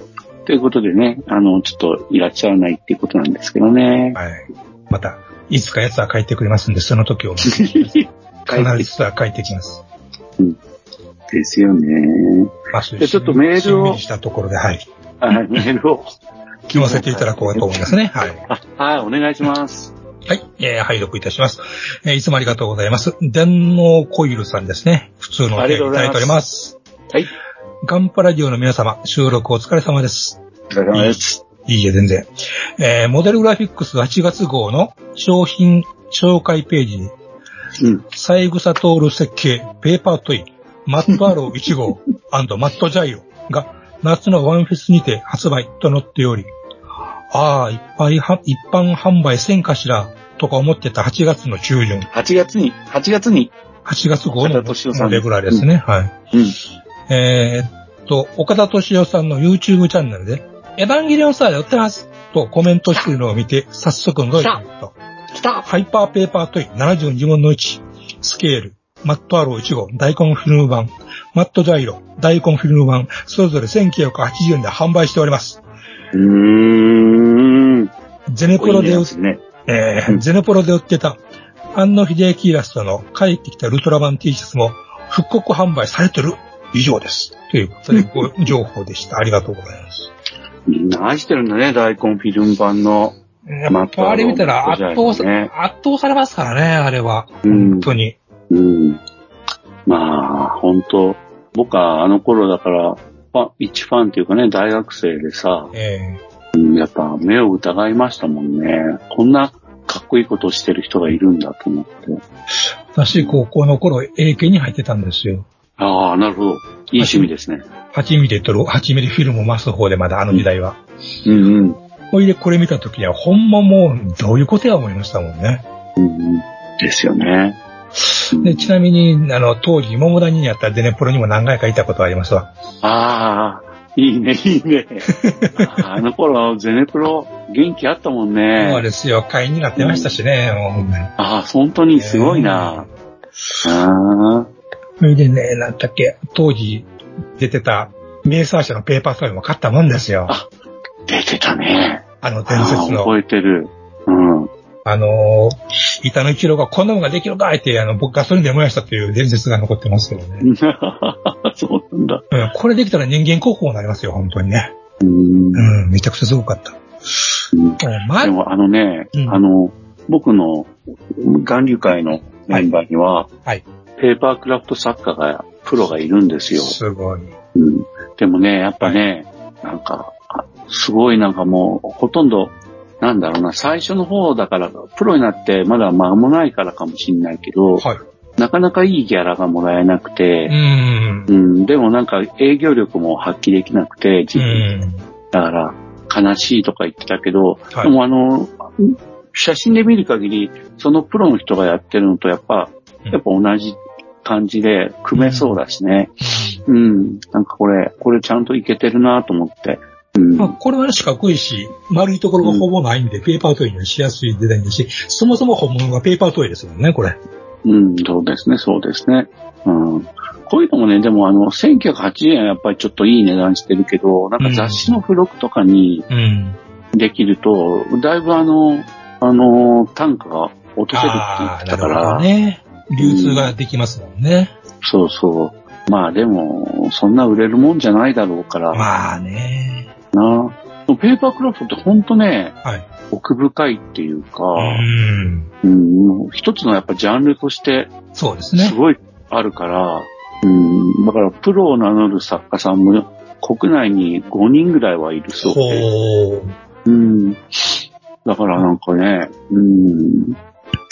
Speaker 2: ということでね、あの、ちょっといらっしゃらないっていうことなんですけどね。
Speaker 1: はい。また、いつか奴は帰ってくれますんで、その時を必
Speaker 2: <laughs>
Speaker 1: ず奴は帰ってきます。
Speaker 2: ですよね。
Speaker 1: まあ、そう
Speaker 2: じゃあちょっとメールを
Speaker 1: しんみりしたところで、はい。
Speaker 2: はい、メールを。 <laughs>
Speaker 1: 聞かせていただこうと思いますね。はい。
Speaker 2: あ、はい、お願いします。
Speaker 1: はい。えー、拝読いたします。えー、いつもありがとうございます。電脳コイルさんですね。普通のお便りいただいております。
Speaker 2: はい。
Speaker 1: ガンパラジオの皆様、収録お疲れ様です。
Speaker 2: お疲れ様です。
Speaker 1: いいえ、全然。えー、モデルグラフィックス8月号の商品紹介ページに、
Speaker 2: うん。
Speaker 1: 三草徹設計、ペーパートイ、マットアロー1号 <laughs> マットジャイロが夏のワンフェスにて発売と載っており、ああ、いっぱいは、一般販売せんかしら、とか思ってた8月の中旬、
Speaker 2: 8月に、8月に。
Speaker 1: 8月号の
Speaker 2: 岡田敏夫さん
Speaker 1: モデルぐらいですね。はい。
Speaker 2: うん。
Speaker 1: えーっと、岡田敏夫さんの YouTube チャンネルで、エヴァンゲリオンスターやってますとコメントしているのを見て、早速動いてみると。
Speaker 2: 来た
Speaker 1: ハイパーペーパートイ72分の1、スケール、マットアロー1号、ダイコンフィルム版、マットジャイロ、ダイコンフィルム版、それぞれ1980円で販売しております。
Speaker 2: うーん。
Speaker 1: ゼネプロで売っ
Speaker 2: すね。
Speaker 1: えーゼネプロで売ってた、安野秀明イラストの帰ってきたウルトラマン T シャツも復刻販売されてる以上です。ということで、ご情報でした。ありがとうございます。
Speaker 2: みんな愛してるんだね、大根フィルム版の。
Speaker 1: やっぱあれ見たら圧倒さ、
Speaker 2: ね
Speaker 1: 圧倒されますからね、あれは。
Speaker 2: うん
Speaker 1: 本当に。
Speaker 2: うん。まあ、本当僕はあの頃だから、ファン一ファンっていうかね、大学生でさ、
Speaker 1: え
Speaker 2: うんやっぱ目を疑いましたもんね。こんなかっこいいことをしてる人がいるんだと思って。
Speaker 1: ー私、高校の頃、英検に入ってたんですよ。
Speaker 2: ああ、なるほど。いい趣味ですね。
Speaker 1: 8ミリ撮る、8ミリフィルムを回す方でまだあの時代は。
Speaker 2: うんうん。
Speaker 1: ほいで、これ見た時には、ほんまもう、どういうことや思いましたもんね。
Speaker 2: うんうん、ですよね。
Speaker 1: で、ちなみに、あの、当時、桃谷にあったデネプロにも何回かいたことはありますわ。
Speaker 2: ああ、いいね、いいね。ああの頃、ゼネプロ、元気あったもん
Speaker 1: そう
Speaker 2: ね。
Speaker 1: ですよ、会員になってましたしね、もうほんまに。
Speaker 2: ああ、本当にすごいな。ああ、
Speaker 1: それでね、なんだっけ、当時出てた、名サー社のペーパーストーリーも買ったもんですよ。
Speaker 2: あ出てたね。
Speaker 1: あの伝説
Speaker 2: ああ
Speaker 1: の。
Speaker 2: 覚えてる。うん。
Speaker 1: あのー、板野一郎がこんなもんができるかいって、あの、僕ガソリンで燃やしたっていう伝説が残ってますけどね。
Speaker 2: <laughs> そうなんだ。
Speaker 1: うん、これできたら人間候補になりますよ、本当にね。
Speaker 2: うーん
Speaker 1: うん、めちゃくちゃすごかった。
Speaker 2: うん
Speaker 1: うんま
Speaker 2: でもあのね、
Speaker 1: うん
Speaker 2: あの、僕の岩流会のメンバーには、
Speaker 1: はい
Speaker 2: ペーパークラフト作家が、プロがいるんですよ。
Speaker 1: すごい。
Speaker 2: うん、でもね、やっぱね、なんか、あすごいなんかもう、ほとんど、なんだろうな、最初の方だから、プロになってまだ間もないからかもしんないけど、
Speaker 1: はい。
Speaker 2: なかなかいいギャラがもらえなく
Speaker 1: う
Speaker 2: て、
Speaker 1: ん。
Speaker 2: うん、でもなんか営業力も発揮できなくて、自
Speaker 1: う
Speaker 2: 分で
Speaker 1: ん。
Speaker 2: だから、悲しいとか言ってたけど、
Speaker 1: はい
Speaker 2: でもあの、写真で見る限り、そのプロの人がやってるのとやっぱ、
Speaker 1: うん
Speaker 2: やっぱ同じ感じで組めそうだしね。うん、なんかこれ、これちゃんといけてるなと思って。うん。
Speaker 1: まあ、これは四角いし、丸いところがほぼないんで、ペーパートイにしやすいデザインだし、そもそも本物はペーパートイですもんね、これ。
Speaker 2: うん、そうですね、そうですね。うん。こういうのもね、でもあの、1980円はやっぱりちょっといい値段してるけど、なんか雑誌の付録とかに
Speaker 1: うん。
Speaker 2: できると、だいぶあの、あの、単価が落とせるって言っ
Speaker 1: ああ
Speaker 2: て
Speaker 1: ー、
Speaker 2: た
Speaker 1: な
Speaker 2: か
Speaker 1: る
Speaker 2: ら、
Speaker 1: ほどね。流通ができますもんね。
Speaker 2: そうそう。まあでも、そんな売れるもんじゃないだろうから、
Speaker 1: まあね。
Speaker 2: な。でもペーパークラフトってほんとね、
Speaker 1: はい。
Speaker 2: 奥深いっていうか、
Speaker 1: うん。
Speaker 2: うん、一つのやっぱジャンルとして
Speaker 1: そうですね
Speaker 2: す。ごいあるから、うん、だからプロを名乗る作家さんも国内に5人ぐらいはいるそうで、
Speaker 1: ほう。
Speaker 2: うん、だからなんかね、うん、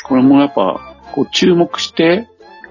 Speaker 2: これもやっぱこう注目して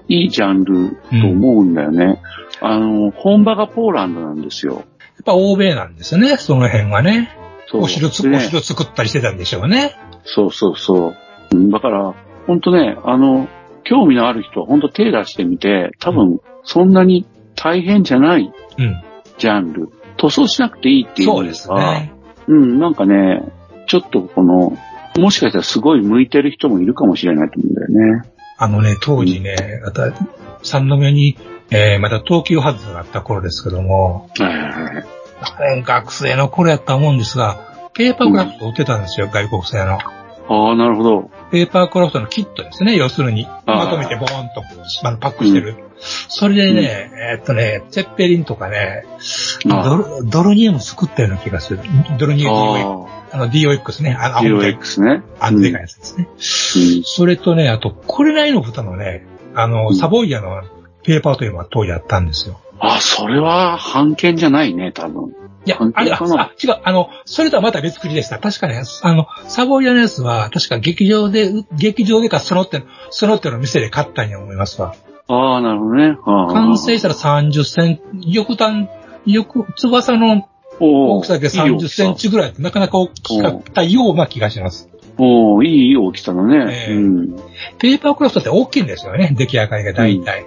Speaker 2: いいジャンルと思うんだよね。あの、本場がポーランドなんですよ。
Speaker 1: やっぱ欧米なんですね、その辺はね。
Speaker 2: そう
Speaker 1: お城つ、
Speaker 2: でね
Speaker 1: お城作ったりしてたんでしょうね。
Speaker 2: そうそうそううん。だから、ほんとね、あの、興味のある人はほんと手出してみて、多分、そんなに大変じゃない
Speaker 1: うん。
Speaker 2: ジャンル。塗装しなくていいっていう
Speaker 1: そう
Speaker 2: の
Speaker 1: です
Speaker 2: が
Speaker 1: ね。
Speaker 2: うん、なんかね、ちょっとこの、もしかしたらすごい向いてる人もいるかもしれないと思うんだよね。
Speaker 1: あのね、当時ね、また、三宮に、えー、また東急ハズがあった頃ですけども、
Speaker 2: はいはいはい。
Speaker 1: 学生の頃やったもんですが、ペーパーグラフト売ってたんですよ、外国製の。
Speaker 2: ああ、なるほど。
Speaker 1: ペーパークラフトのキットですね、要するに。
Speaker 2: あー
Speaker 1: まとめてボーンとあのパックしてる。それでね、えーっとね、ツェッペリンとかね、
Speaker 2: あ
Speaker 1: ドルドルニウム作ったような気がする。ドルニウム DOX。
Speaker 2: あ
Speaker 1: あの DOX ね。あの
Speaker 2: あ、
Speaker 1: 青みたいな
Speaker 2: DOX ね。
Speaker 1: あのでかいやつですね。
Speaker 2: うん。
Speaker 1: それとね、あと、これないの蓋のね、あ
Speaker 2: う
Speaker 1: の、
Speaker 2: ん
Speaker 1: サボイヤのペーパーというのは当時あったんですよ。
Speaker 2: あ、それは、版権じゃないね、多分。
Speaker 1: いや
Speaker 2: 関、係
Speaker 1: あれは、
Speaker 2: かな
Speaker 1: あ、違う、あの、それとはまた別繰りでした。確かね、あの、サボイヤのやつは、確か劇場で、劇場でか、その手の、その手の店で買ったんや思いますわ。
Speaker 2: ああ、なるほどね。ああ
Speaker 1: 完成したら30センチ、翼端、翼、翼の
Speaker 2: おー
Speaker 1: 大きさで30センチぐらいってなかなか大きかったような気がします。
Speaker 2: おおいい大きさだね。
Speaker 1: ええ
Speaker 2: うん。
Speaker 1: ペーパークラフトって大きいんですよね、出来上がりが大体。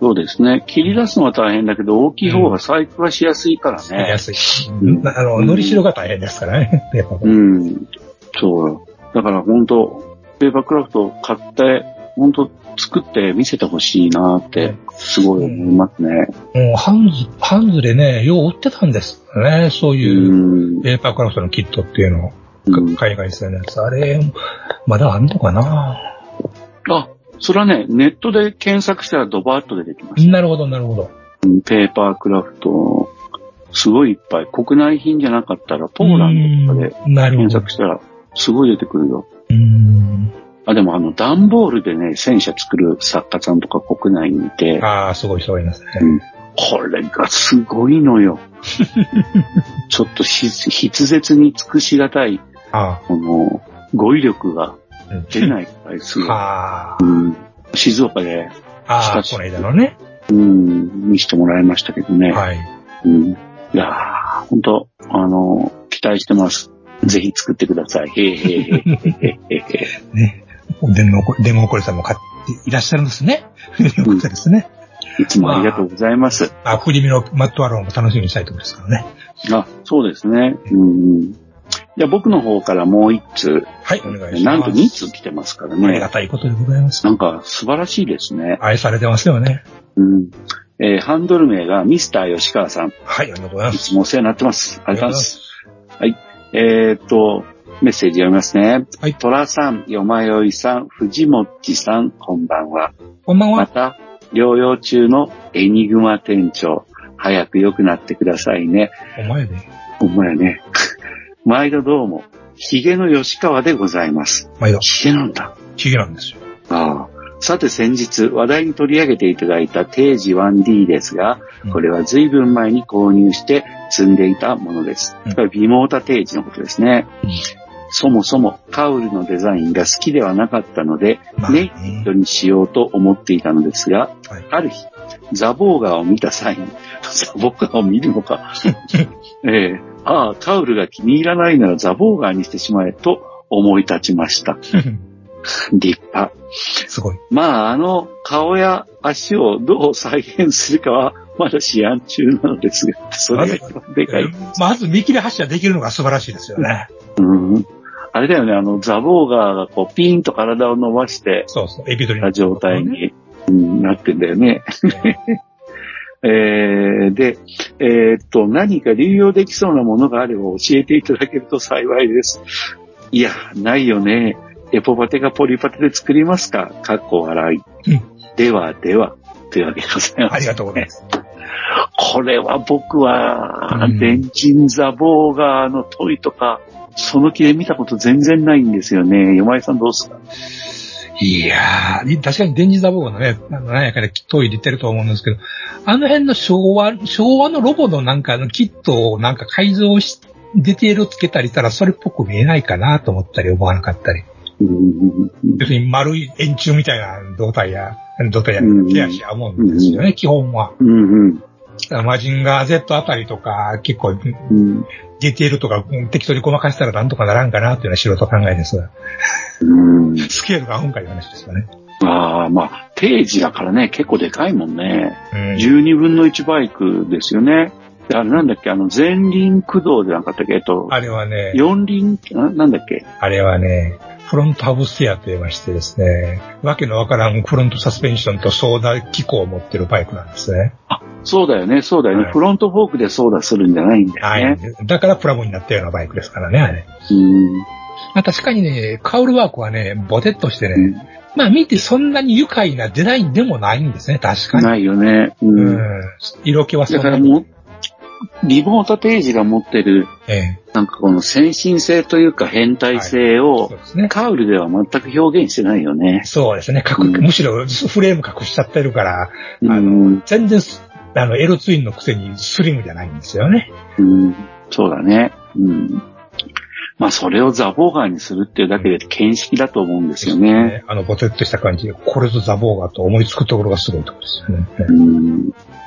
Speaker 2: そうですね。切り出すのは大変だけど、大きい方が細工がしやすいから
Speaker 1: 作り
Speaker 2: ね
Speaker 1: や。すい。
Speaker 2: うん
Speaker 1: あの、のりしろが大変ですからね、ペーパーク
Speaker 2: う
Speaker 1: ラフ
Speaker 2: ん。そう。だから本当ペーパークラフト買って、本当作って見せてほしいなって、すごい思いますね。
Speaker 1: ト。もう、ハンズ、ハンズでね、よう売ってたんですよね、そう
Speaker 2: う
Speaker 1: いう。
Speaker 2: ん。
Speaker 1: ペーパークラフトのキットっていうのを、
Speaker 2: うん
Speaker 1: 海外製のやつ。あれ、まだあんのかな
Speaker 2: あ、それはね、ネットで検索したらドバーッと出てきます。
Speaker 1: なるほど、なるほど。
Speaker 2: うんペーパークラフト、すごいいっぱい。国内品じゃなかったら、ポーランドとかで
Speaker 1: うんなるほ
Speaker 2: 検
Speaker 1: ど。
Speaker 2: 索したら、すごい出てくるよ。
Speaker 1: うん。
Speaker 2: あ、でもあの、段ボールでね、戦車作る作家さんとか国内にいて、
Speaker 1: ああ、すごい人がいますね。
Speaker 2: これがすごいの
Speaker 1: <laughs>
Speaker 2: よ。ちょっとし筆舌に尽くしがたい、
Speaker 1: あ
Speaker 2: この、語彙力が
Speaker 1: あ。うん。
Speaker 2: 出ない回数
Speaker 1: <laughs> あ
Speaker 2: うん、静岡で、
Speaker 1: あ。ああ、この間のね。
Speaker 2: うん、見せてもらいましたけどね。
Speaker 1: はい。
Speaker 2: うん、いやー、ほんと、あの、期待してます。ぜひ作ってください。へいへいへいへいへいへい。
Speaker 1: ね。でも、でもこれさんも買っていらっしゃるんですね。よかったですね。 <laughs>
Speaker 2: いつもありがとうございます。
Speaker 1: あ、フリミのマットアローも楽しみにしたいところですからね。
Speaker 2: あ、そうですね。うん。じゃあ僕の方からもう一通、
Speaker 1: はい、お願いします。
Speaker 2: なんと二通来てますから
Speaker 1: あり
Speaker 2: ね
Speaker 1: が。たいことでございます
Speaker 2: な。んか素晴らしいですね。
Speaker 1: 愛されてますよね。
Speaker 2: うん。えーハンドル名がミスター吉川さん。
Speaker 1: はい、ありがとうございま
Speaker 2: い
Speaker 1: す。
Speaker 2: つもお世話になってます。ありがとうございます。
Speaker 1: す。
Speaker 2: えーっと、メッセージ読みますね。
Speaker 1: はい
Speaker 2: トラさん、よまよいさん、藤もっちさん、こんばんは。
Speaker 1: こんばん
Speaker 2: ま
Speaker 1: は。
Speaker 2: た、療養中のエニグマ店長、早く良くなってくださいね。
Speaker 1: お前で。
Speaker 2: ほんまやね。 <laughs> 毎度どうも、ヒゲの吉川でございます。
Speaker 1: 毎度。
Speaker 2: ヒゲなんだ。
Speaker 1: ヒゲなんですよ。
Speaker 2: ああ。さて先日話題に取り上げていただいた定時 1D ですが、これは随分前に購入して積んでいたものです。
Speaker 1: うん
Speaker 2: これは微モータ定時のことですね。
Speaker 1: うん
Speaker 2: そもそもカウルのデザインが好きではなかったので、
Speaker 1: まあ
Speaker 2: ネイキッドにしようと思っていたのですが、
Speaker 1: はい
Speaker 2: ある日、ザボーガーを見た際に、 <laughs> ザボーガーを見る
Speaker 1: <laughs>
Speaker 2: のか、ええああ、カウルが気に入らないならザボーガーにしてしまえと思い立ちました。
Speaker 1: <laughs>
Speaker 2: 立派。
Speaker 1: すごい。
Speaker 2: まあ、あの、顔や足をどう再現するかは、 <laughs> まだ試案中なのですが、それが一番でかい。
Speaker 1: まず見切り発車できるのが素晴らしいですよね。
Speaker 2: うん。あれだよね、あの、ザボーガーがこう、ピンと体を伸ばして
Speaker 1: そうそう。エビドリ
Speaker 2: た
Speaker 1: の
Speaker 2: 状態に、うんなってんだよね。えー、で、えーっと、何か流用できそうなものがあれば教えていただけると幸いです。いや、ないよね。エポパテがポリパテで作りますかかっこ笑い。
Speaker 1: うん
Speaker 2: では、では、というわけでございます。
Speaker 1: ありがとうございます。
Speaker 2: これは僕は
Speaker 1: う、ん
Speaker 2: 電鎮ザボーガーのトイとか、その気で見たこと全然ないんですよね。よまいさんどうすか
Speaker 1: いやー、確かに電磁ザボーのね、あのなんやかでトイレてると思うんですけど、あの辺の昭和、昭和のロボのなんかあのキットをなんか改造し、ディテールをつけたりしたらそれっぽく見えないかなと思ったり思わなかったり。
Speaker 2: うん
Speaker 1: 別に丸い円柱みたいな胴体や、胴体や
Speaker 2: うん
Speaker 1: 手足や思うんですよね、基本は。
Speaker 2: うんうん
Speaker 1: マジンガー Z あたりとか、結構
Speaker 2: うん
Speaker 1: ディテールとかうん適当にごまかしたらなんとかならんかなっていうのは素人考えですが、
Speaker 2: うん
Speaker 1: スケールが合うんかいう話ですよね。
Speaker 2: ああ、まあ、定時だからね、結構でかいもんね。
Speaker 1: うん。
Speaker 2: 12分の1バイクですよね。であれなんだっけ、あの、前輪駆動じゃなかったっけ、えっと、
Speaker 1: あれはね、
Speaker 2: 四輪、ななんだっけ。
Speaker 1: あれはね、フロントハブステアと言いましてですね、わけのわからんフロントサスペンションとソーダ機構を持ってるバイクなんですね。
Speaker 2: そうだよね、そうだよね。
Speaker 1: はい
Speaker 2: フロントフォークで操作するんじゃないんだよね。
Speaker 1: はい。だからプラモになったようなバイクですからね、あれ。
Speaker 2: うん
Speaker 1: まあ、確かにね、カウルワークはね、ボテっとしてね、まあ見てそんなに愉快なデザインでもないんですね、確かに。
Speaker 2: ないよね。う。
Speaker 1: うんん。色気はそ
Speaker 2: だ
Speaker 1: ん
Speaker 2: か
Speaker 1: な
Speaker 2: ら
Speaker 1: に。
Speaker 2: もう、リモートページが持ってる、
Speaker 1: ええ
Speaker 2: なんかこの先進性というか変態性を
Speaker 1: そう、ですね。
Speaker 2: カウルでは全く表現してないよね。
Speaker 1: そうですね。隠、
Speaker 2: うん
Speaker 1: むしろフレーム隠しちゃってるから、
Speaker 2: う
Speaker 1: あ
Speaker 2: ん
Speaker 1: の、。全然す、あの、エロツインのくせにスリムじゃないんですよね。
Speaker 2: うん、そうだね。うん。まあそれをザボーガーにするっていうだけで見識だと思うんですよね。
Speaker 1: あの、ボテっとした感じで、これぞザボーガーと思いつくところがすごいところですよね。
Speaker 2: う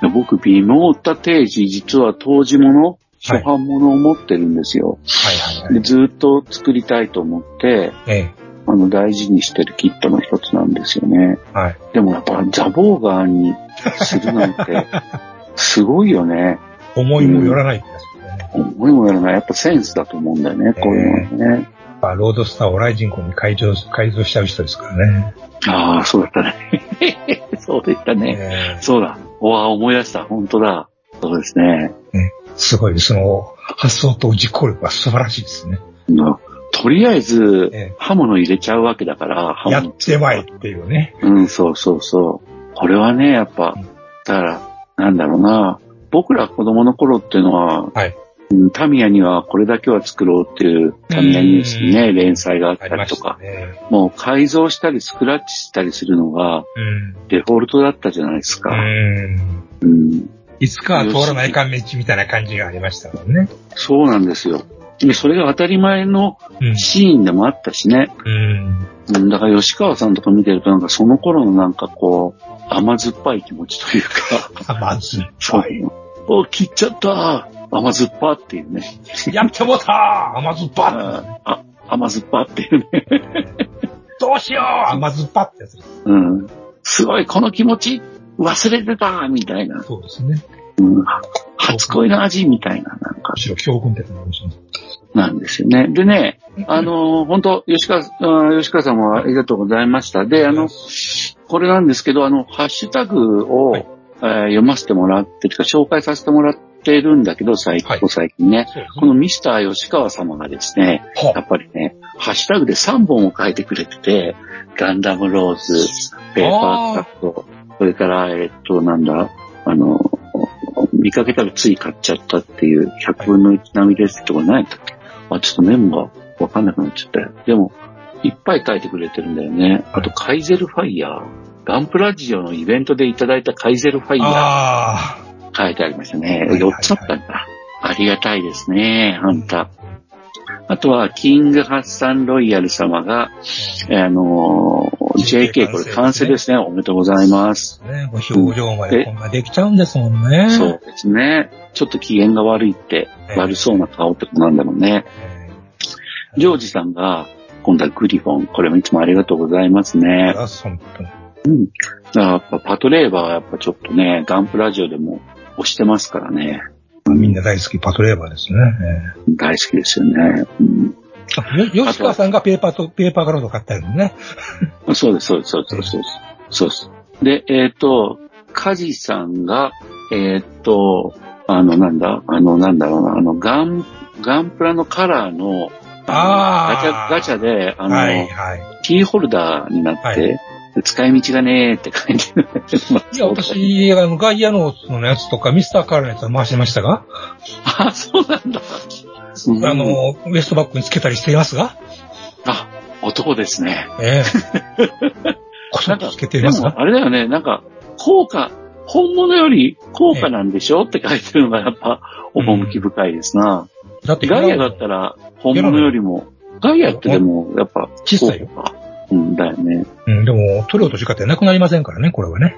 Speaker 2: ん。僕、微妙った定時、実は当時物、初版物を持ってるんですよ。
Speaker 1: はいはいは
Speaker 2: で
Speaker 1: い。
Speaker 2: ずーっと作りたいと思って、
Speaker 1: ええ。
Speaker 2: あの、大事にしてるキットの一つなんですよね。
Speaker 1: はい。
Speaker 2: でもやっぱザボーガーにするなん <laughs> て、すごいよね。
Speaker 1: 思いもよらない気がするね。や
Speaker 2: 思いもよらない。やっぱセンスだと思うんだよね、こういうのはね。
Speaker 1: っぱロードスターをライジングに改造、改造しちゃう人ですからね。
Speaker 2: ああ、そうだったね。 <laughs> そうでしたね。
Speaker 1: ええ
Speaker 2: そうだ。おわ、思い出した。本当だ。そうですね。
Speaker 1: すごい、その、発想と実行力が素晴らしいですね。
Speaker 2: うんとりあえず
Speaker 1: ええ、
Speaker 2: 刃物入れちゃうわけだから、刃
Speaker 1: や
Speaker 2: 物
Speaker 1: ってまいっていうね。
Speaker 2: うん、そうそうそう。これはね、やっぱ
Speaker 1: うん、
Speaker 2: だから、なんだろうな。僕ら子供の頃っていうのは、
Speaker 1: はい
Speaker 2: うんタミヤにはこれだけは作ろうっていう、タミヤニュースにね、連載があっ
Speaker 1: あ
Speaker 2: た
Speaker 1: りま
Speaker 2: りと
Speaker 1: した
Speaker 2: か、
Speaker 1: ね。
Speaker 2: もう改造したりスクラッチしたりするのが
Speaker 1: うん。
Speaker 2: デフォルトだったじゃないですか。
Speaker 1: うん。
Speaker 2: うん、
Speaker 1: いつかは通らないかん道みたいな感じがありましたもんね。
Speaker 2: そうなんですよ。でそれが当たり前の
Speaker 1: うん。
Speaker 2: シーンでもあったしね。
Speaker 1: うん。
Speaker 2: うん、だから吉川さんとか見てるとなんかその頃のなんかこう、甘酸っぱい気持ちというか、
Speaker 1: まず、
Speaker 2: そう。お、切っちゃった甘酸っぱっていうね。
Speaker 1: やってもうた甘酸っぱ
Speaker 2: ああ甘酸っぱっていうね。
Speaker 1: どうしよう甘酸っぱってやつです。
Speaker 2: うん。すごい、この気持ち忘れてたみたいな。
Speaker 1: そうですね。
Speaker 2: 初恋の味みたいな、なんか
Speaker 1: む、しろ教訓ってやつになりましたね
Speaker 2: なんですよね。でね、あの本当吉川、あー吉川さんもありがとうございました。で、あの、これなんですけど、あの、ハッシュタグを、
Speaker 1: はい
Speaker 2: えー読ませてもらってるか、紹介させてもらってるんだけど、最近、
Speaker 1: はい
Speaker 2: ここ最近ね。
Speaker 1: そうです
Speaker 2: このミスター吉川様がですね、
Speaker 1: ね。
Speaker 2: や
Speaker 1: は
Speaker 2: っぱりね、ハッシュタグで3本を書いてくれてて、ガンダムローズ、ペーパーカット、それから、えっと、なんだ、あの、見かけたらつい買っちゃったっていう、100分の1並みですとかないんだっけあ、ちょっとメモがわかんなくなっちゃったよ。でも、いっぱい書いてくれてるんだよね。あと、カイゼルファイヤー。ガンプラジオのイベントでいただいたカイゼルファイヤ
Speaker 1: ああ。
Speaker 2: ー書いてありましたね。
Speaker 1: いはいはい
Speaker 2: 4つあったんだ。ありがたいですね、あんた。あとは、キングハッサンロイヤル様が、あのー JK、これ完成ですね。おめでとうございます。
Speaker 1: ね、ご表情までこんなできちゃうんですもんね。
Speaker 2: そうですね。ちょっと機嫌が悪いって、
Speaker 1: ええ
Speaker 2: 悪そうな顔ってことなんだろうね。
Speaker 1: ええ。
Speaker 2: ジョージさんが、今度はグリフォン。これもいつもありがとうございます
Speaker 1: あ
Speaker 2: ね。
Speaker 1: ら本当に
Speaker 2: だからやっぱパトレーバーはやっぱちょっとね、ガンプラジオでも押してますからね。
Speaker 1: みんな大好きパトレーバーですね。え
Speaker 2: 大好きですよね。うん
Speaker 1: えよ吉川さんがペーパーと、ペーパーガロード買ったのね。
Speaker 2: そうです、そうです、そうです、そうです。そうです。で、えっ、と、カジさんが、えっ、と、あの、なんだ、あの、なんだろうな、あの、ガン、ガンプラのカラーの、
Speaker 1: あー
Speaker 2: ガチャ、ガチャで、あの、
Speaker 1: はい、はい。
Speaker 2: キーホルダーになって、
Speaker 1: はい
Speaker 2: 使い道がねーって感じ。
Speaker 1: いや、私、あの、ガイアノーツのやつとか、ミスターカールのやつは回してましたが、
Speaker 2: あ、そうなんだ。
Speaker 1: あ、の、ウエストバッグにつけたりしていますが、
Speaker 2: あ、男ですね。 <laughs>
Speaker 1: ええこそっとつけています
Speaker 2: でも
Speaker 1: が、
Speaker 2: あれだよね、なんか、効果、本物より高価なんでしょ、って書いてるのがやっぱ、趣深いですな。
Speaker 1: だって
Speaker 2: ガイアだったら、本物よりも、ガイアってでも、やっぱ、
Speaker 1: 小さいよ
Speaker 2: 高価。うんだよね。
Speaker 1: うん、でも、塗料としかってなくなりませんからね、これはね。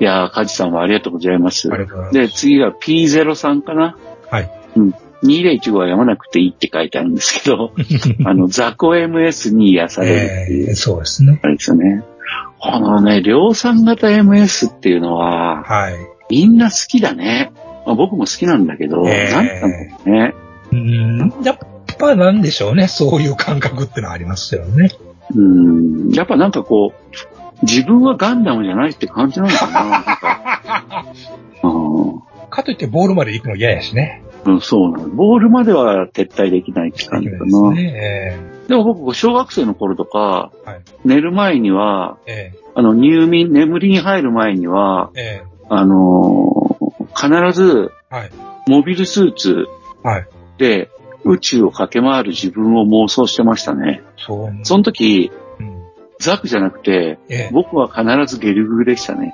Speaker 2: いやー、カジさんはありがとうございます
Speaker 1: あ。りがとうござい
Speaker 2: で、次が P0 さんかな。
Speaker 1: はい。
Speaker 2: うん。201号は読まなくていいって書いてあるんですけど、
Speaker 1: <laughs>
Speaker 2: あの、雑魚 MS に癒さ
Speaker 1: ます。
Speaker 2: れるっていう
Speaker 1: ええ、そうですね。
Speaker 2: あれですよね。このね、量産型 MS っていうのは、
Speaker 1: はい。
Speaker 2: みんな好きだね。まあ、僕も好きなんだけど、
Speaker 1: ええ
Speaker 2: なんだろうね。
Speaker 1: うん、やっぱなんでしょうね、そういう感覚ってのはありますよね。
Speaker 2: うん。やっぱなんかこう、自分はガンダムじゃないって
Speaker 1: <laughs>
Speaker 2: 感じなのかな。なんかうん
Speaker 1: かといってボールまで行くの嫌やしね。
Speaker 2: うん、そうなの。ボールまでは撤退できないって感じかな。で
Speaker 1: ね。
Speaker 2: も僕、小学生の頃とか、
Speaker 1: はい
Speaker 2: 寝る前には、
Speaker 1: ええ。
Speaker 2: あの、入眠、眠りに入る前には、
Speaker 1: ええ。
Speaker 2: あのー必ず、
Speaker 1: はい。
Speaker 2: モビルスーツ
Speaker 1: はい。
Speaker 2: で宇宙を駆け回る自分を妄想してましたね。
Speaker 1: そう。
Speaker 2: その時、
Speaker 1: うん。
Speaker 2: ザクじゃなくて、
Speaker 1: ええ。
Speaker 2: 僕は必ずゲルググでしたね。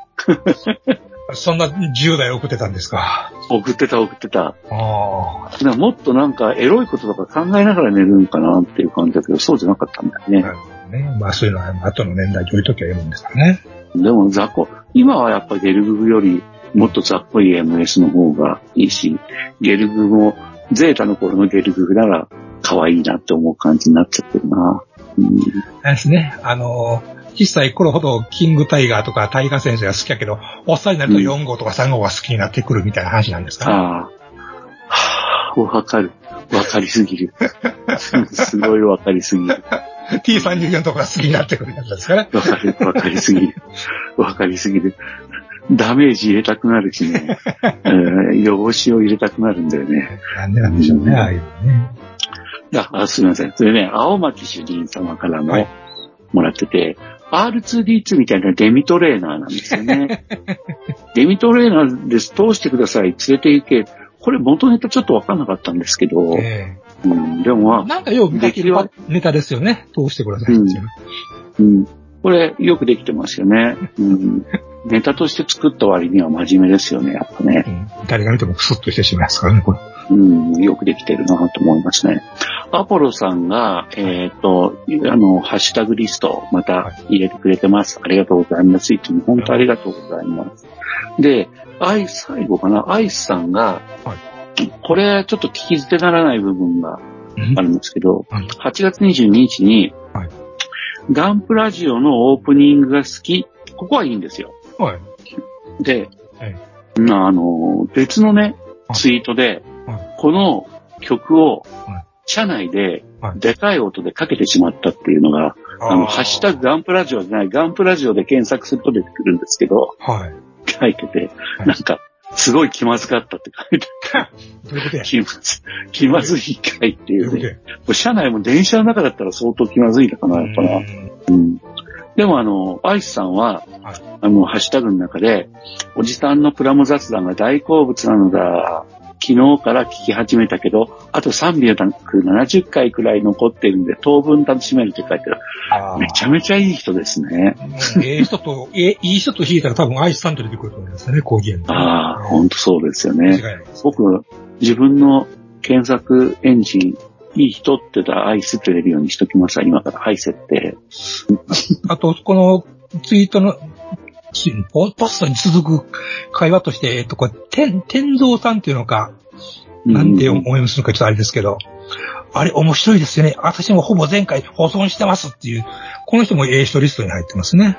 Speaker 1: そんな10代送ってたんですか。
Speaker 2: 送ってた送ってた。
Speaker 1: ああ。
Speaker 2: だからもっとなんかエロいこととか考えながら寝るんかなっていう感じだけど、そうじゃなかったんだよね。
Speaker 1: なるほどね。まあそういうのは後の年代に置いときゃいいもんですからね。
Speaker 2: でも雑魚、今はやっぱゲルググよりもっと雑魚い MS の方がいいし、ゲルググも、ゼータの頃のゲルググなら可愛いなって思う感じになっちゃってるな。うん
Speaker 1: なんですね。あのー、小さい頃ほどキングタイガーとかタイガー先生が好きやけど、おっさんになると
Speaker 2: うん
Speaker 1: 4号とか3号が好きになってくるみたいな話なんですか、
Speaker 2: ああ。はあ、わかる。わかりすぎる。すごいわかりすぎる。
Speaker 1: ?T34 とかが好きになってくるやつですから。
Speaker 2: わかる、わかりすぎる。わかりすぎる。ダメージ入れたくなる
Speaker 1: <laughs>
Speaker 2: しね、えー汚しを入れたくなるんだよね。
Speaker 1: なんでなんでしょうね、ああいうのね。
Speaker 2: だあすみません。それね、青巻主任様から
Speaker 1: は
Speaker 2: も
Speaker 1: い
Speaker 2: もらってて、R2D2 みたいなデミトレーナーなんです
Speaker 1: <laughs>
Speaker 2: よね。デミトレーナーです。通してください。連れて行け。これ元ネタちょっとわかんなかったんですけど、
Speaker 1: え
Speaker 2: うん、でもまあ
Speaker 1: え、なんかよう見かけるネタですよね。通してくださいっていうの
Speaker 2: うん。これ、よくできてますよね。
Speaker 1: <laughs>
Speaker 2: うん。ネタとして作った割には真面目ですよね、やっぱね。
Speaker 1: うん誰が見てもクスッとしてしまいますからね、これ。
Speaker 2: うん。よくできてるなと思いますね。アポロさんが、えっ、と、あの、ハッシュタグリスト、また入れてくれてます。ありがとうございます。いつも本当ありがとうございます。で、アイス、最後かな、アイスさんが、
Speaker 1: は
Speaker 2: これ、ちょっと聞き捨てならない部分が
Speaker 1: うん
Speaker 2: あるんですけど、
Speaker 1: はい
Speaker 2: 8月22日に、
Speaker 1: はい
Speaker 2: ガンプラジオのオープニングが好き。ここはいいんですよ。
Speaker 1: はい。
Speaker 2: で、
Speaker 1: はい
Speaker 2: まああの、別のね、
Speaker 1: はい
Speaker 2: ツイートで、
Speaker 1: はい
Speaker 2: この曲を
Speaker 1: い、
Speaker 2: 車内で
Speaker 1: は、い
Speaker 2: でかい音でかけてしまったっていうのが、あの、ハッシュタグガンプラジオじゃない、ガンプラジオで検索すると出てくるんですけど、 <laughs>
Speaker 1: はい。 <laughs>
Speaker 2: 書いてて、
Speaker 1: はい
Speaker 2: なんか、すごい気まずかったって書いて
Speaker 1: どういうことや
Speaker 2: 気まず、気まずい回ってい
Speaker 1: どういう
Speaker 2: う
Speaker 1: こ
Speaker 2: ね
Speaker 1: と。や
Speaker 2: これ車内も電車の中だったら相当気まずいのかな、やっぱな。うん。でもあの、アイスさんは
Speaker 1: は、
Speaker 2: あの、ハッシュタグの中で、おじさんのプラモ雑談が大好物なのだ。昨日から聞き始めたけど、あと370回くらい残ってるんで、当分楽しめるって書いてある。
Speaker 1: あー
Speaker 2: めちゃめちゃいい人ですね。
Speaker 1: うんええ人と、ええ、いい人と弾いたら多分アイスさんと出てくると思いますよね、高原の。
Speaker 2: ああ、ほ
Speaker 1: うん
Speaker 2: とそうですよ
Speaker 1: 間
Speaker 2: ね。
Speaker 1: 違いないです。
Speaker 2: 僕、自分の検索エンジン、いい人って言ったらアイスって出るようにしときますわ。今からアイスって。
Speaker 1: あと、このツイートの、ツイポポストに続く会話として、えっと、これ、天、天蔵さんっていうのか、なんて
Speaker 2: うん
Speaker 1: 思いまするのかちょっとあれですけど、あれ面白いですよね。私もほぼ前回保存してますっていう、この人もええ人リストに入ってますね。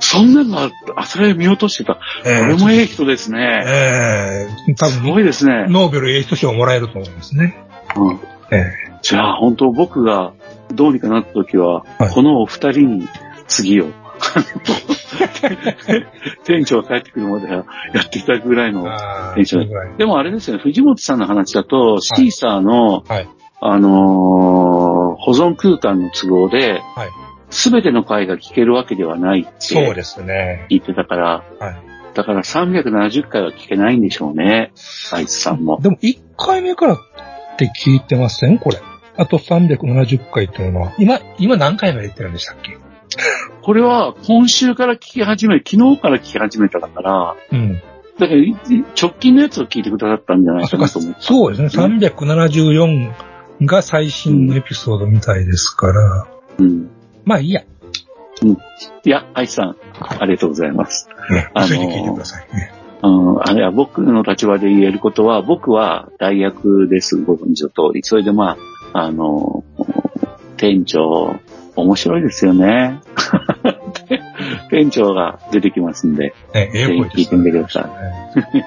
Speaker 2: そんなのあったあ、それ見落としてた。こ
Speaker 1: えーえ
Speaker 2: れ
Speaker 1: ー
Speaker 2: もええ人ですね。
Speaker 1: ええ多
Speaker 2: すご
Speaker 1: 分、
Speaker 2: いですね。
Speaker 1: ノーベルええ人賞をもらえると思いますね。
Speaker 2: うん
Speaker 1: ええ
Speaker 2: じゃあ本当僕がどうにかなった時は、
Speaker 1: はい
Speaker 2: このお二人に
Speaker 1: <laughs>
Speaker 2: 次を、店長が帰ってくるまではやっていただくぐらいの。
Speaker 1: あ
Speaker 2: い
Speaker 1: あ、
Speaker 2: いじゃ
Speaker 1: そ
Speaker 2: な
Speaker 1: れ
Speaker 2: い
Speaker 1: ぐらい。
Speaker 2: でもあれですよね、藤本さんの話だと、シティサーの、
Speaker 1: はい
Speaker 2: あのー保存空間の都合で
Speaker 1: はい、
Speaker 2: す、べ、ての回が聞けるわけではないっ
Speaker 1: そう
Speaker 2: て
Speaker 1: ですね。
Speaker 2: 言ってたから、
Speaker 1: はい
Speaker 2: だから370回は聞けないんでしょうね、あいつさんも。
Speaker 1: でも1回目からって聞いてませんこれ。あと370回っていうのは。今、今何回まで言ってるんでしたっけ
Speaker 2: これは今週から聞き始め、昨日から聞き始めただから、
Speaker 1: うん。
Speaker 2: だからい直近のやつを聞いてくださったんじゃない
Speaker 1: あ、
Speaker 2: か
Speaker 1: そうか、
Speaker 2: なと思
Speaker 1: そ
Speaker 2: う。
Speaker 1: うですね。374が最新のエピソードみたいですから。
Speaker 2: うん。
Speaker 1: まあいいや。
Speaker 2: いや、あいつさん、ありがとうございます。
Speaker 1: ね。
Speaker 2: あのー
Speaker 1: 急いで聞いてくださいね。
Speaker 2: うん、あれは僕の立場で言えることは、僕は代役です、ご存知の通り。それでまあ、あの、店長、面白いですよね。 <laughs> 店長が出てきますんで。
Speaker 1: ねええ声です、
Speaker 2: ぜひ聞いてみてくださ
Speaker 1: ね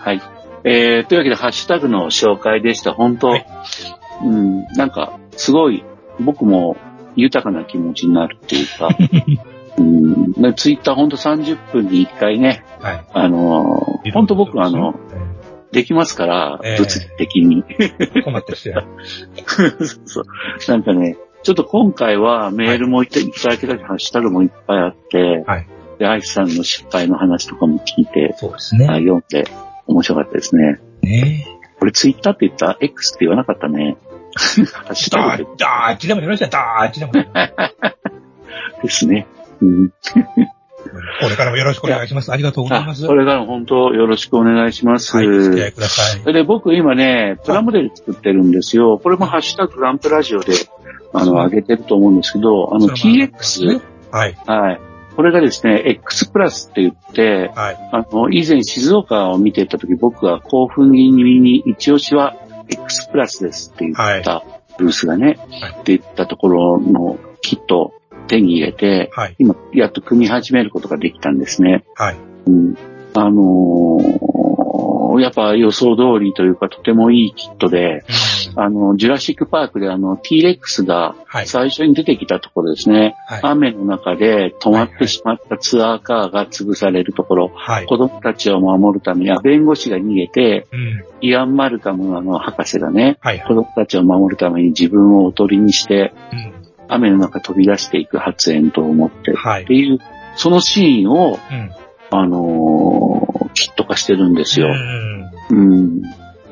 Speaker 2: はい。えー、というわけで、ハッシュタグの紹介でした。本当、
Speaker 1: はい
Speaker 2: うん、なんか、すごい、僕も豊かな気持ちになるっていう
Speaker 1: <laughs>
Speaker 2: か、うん、でツイッター本当30分に1回ね、
Speaker 1: はい。
Speaker 2: あの、本当僕あの、
Speaker 1: え
Speaker 2: できますから、
Speaker 1: ええ
Speaker 2: 物理的に。 <laughs>
Speaker 1: 困った人や。
Speaker 2: そう。なんかね、ちょっと今回はメールもいたいただけたし、ハッシュタグもいっぱいあって、
Speaker 1: はい
Speaker 2: で、アイスさんの失敗の話とかも聞いて、
Speaker 1: そうですね。
Speaker 2: あ読んで面白かったですね。
Speaker 1: ね
Speaker 2: これツイッターって言った ?X って言わなかったね。ハッシュ
Speaker 1: だ
Speaker 2: タグ
Speaker 1: ー、だーっちでも出ました。だーっちでも出ました。
Speaker 2: ですね。 <laughs> うん、
Speaker 1: これからもよろしくお願いします。ありがとうござい
Speaker 2: あ、
Speaker 1: ます。
Speaker 2: これからも本当よろしくお願いします。
Speaker 1: はい、お付き合いください。
Speaker 2: で、僕今ね、プラモデル作ってるんですよ。これもハッシュタグランプラジオで、あの、上げてると思うんですけど、あの、
Speaker 1: それもあるんです
Speaker 2: TX、
Speaker 1: ねはい、
Speaker 2: はい。これがですね、X プラスって言って、
Speaker 1: はい、
Speaker 2: あの、以前静岡を見ていた時、僕が興奮気味に一押しは X プラスですって言った、ブースがね、
Speaker 1: はい
Speaker 2: って言ったところのキットを手に入れて、
Speaker 1: はい、
Speaker 2: 今、やっと組み始めることができたんですね。
Speaker 1: はい。
Speaker 2: うんあのーやっぱ予想通りというか、とてもいいキットで、
Speaker 1: うん
Speaker 2: あの、ジュラシックパークであの、T-Rex が
Speaker 1: はい、
Speaker 2: 最初に出てきたところですね。
Speaker 1: はい、
Speaker 2: 雨の中で止まっ
Speaker 1: はいは
Speaker 2: て
Speaker 1: い
Speaker 2: しまったツアーカーが潰されるところ、
Speaker 1: はい。
Speaker 2: 子供たちを守るために、あ弁護士が逃げて、
Speaker 1: うん、
Speaker 2: イアン・マルカムのあの、博士がね、
Speaker 1: はい、
Speaker 2: 子供たちを守るために自分をおとりにして、
Speaker 1: うん、
Speaker 2: 雨の中飛び出していく発煙筒を持って、っ
Speaker 1: はい
Speaker 2: て。いう、そのシーンを、
Speaker 1: うん、
Speaker 2: あのーキット化してるんですよ。
Speaker 1: うん、
Speaker 2: うん。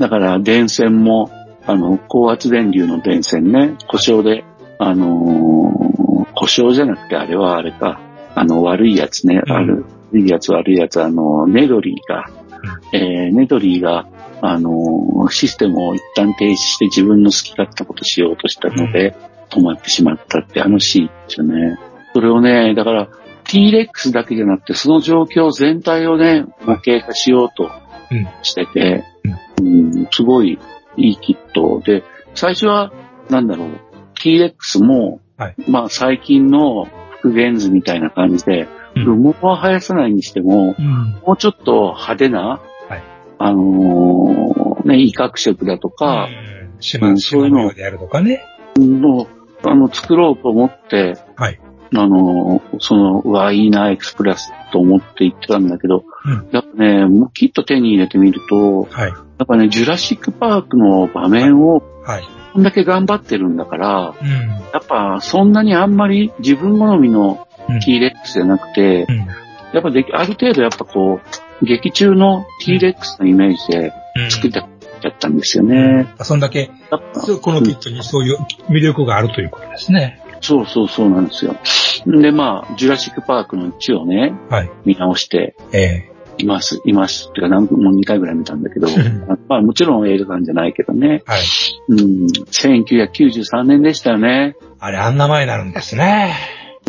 Speaker 2: だから、電線も、あの、高圧電流の電線ね、故障で、あのー故障じゃなくて、あれはあれか、あの、悪いやつね、
Speaker 1: うん
Speaker 2: ある、いいやつ悪いやつ、あの、ネドリーが、えー、ネドリーが、あのーシステムを一旦停止して自分の好き勝手なことしようとしたので、止まってしまったって、あのシーンですよね。それをね、だから、T-Rex だけじゃなくて、その状況全体をね、模型化しようと
Speaker 1: うん
Speaker 2: してて、うん、すごいいいキットで、最初は、なんだろう、T-Rex も、
Speaker 1: はい
Speaker 2: まあ最近の復元図みたいな感じで、
Speaker 1: うん
Speaker 2: 羽毛は生やさないにしても、
Speaker 1: うん、
Speaker 2: もうちょっと派手な、
Speaker 1: はい
Speaker 2: あのーね、威嚇色だとか、
Speaker 1: うん、しま、しま模様でやるとかね。
Speaker 2: の、あの、作ろうと思って、
Speaker 1: はい
Speaker 2: あの、その、うわ、いいな、エクスプラスと思って行ってたんだけど、
Speaker 1: うん
Speaker 2: やっぱね、もうきっと手に入れてみると、
Speaker 1: はい、
Speaker 2: やっぱね、ジュラシックパークの場面を、
Speaker 1: はい、
Speaker 2: こんだけ頑張ってるんだから、
Speaker 1: うん、
Speaker 2: やっぱそんなにあんまり自分好みの
Speaker 1: うん
Speaker 2: T レックスじゃなくて
Speaker 1: う、ん、
Speaker 2: やっぱでき、ある程度やっぱこう、劇中の T レックスのイメージで
Speaker 1: うん。
Speaker 2: 作ってやったんですよね。
Speaker 1: そんだけ、
Speaker 2: やっぱ
Speaker 1: そうこのキットにそういう魅力があるということですね。
Speaker 2: そうそうそうなんですよ。で、まあ、ジュラシックパークの1をね、
Speaker 1: はい
Speaker 2: 見直して
Speaker 1: え、
Speaker 2: います、います。てか、なんもう2回ぐらい見たんだけど
Speaker 1: <laughs>
Speaker 2: まあ、もちろん映画館じゃないけどね。
Speaker 1: はい。
Speaker 2: うん、1993年でしたよね。
Speaker 1: えあれ、あんな前になるんですね。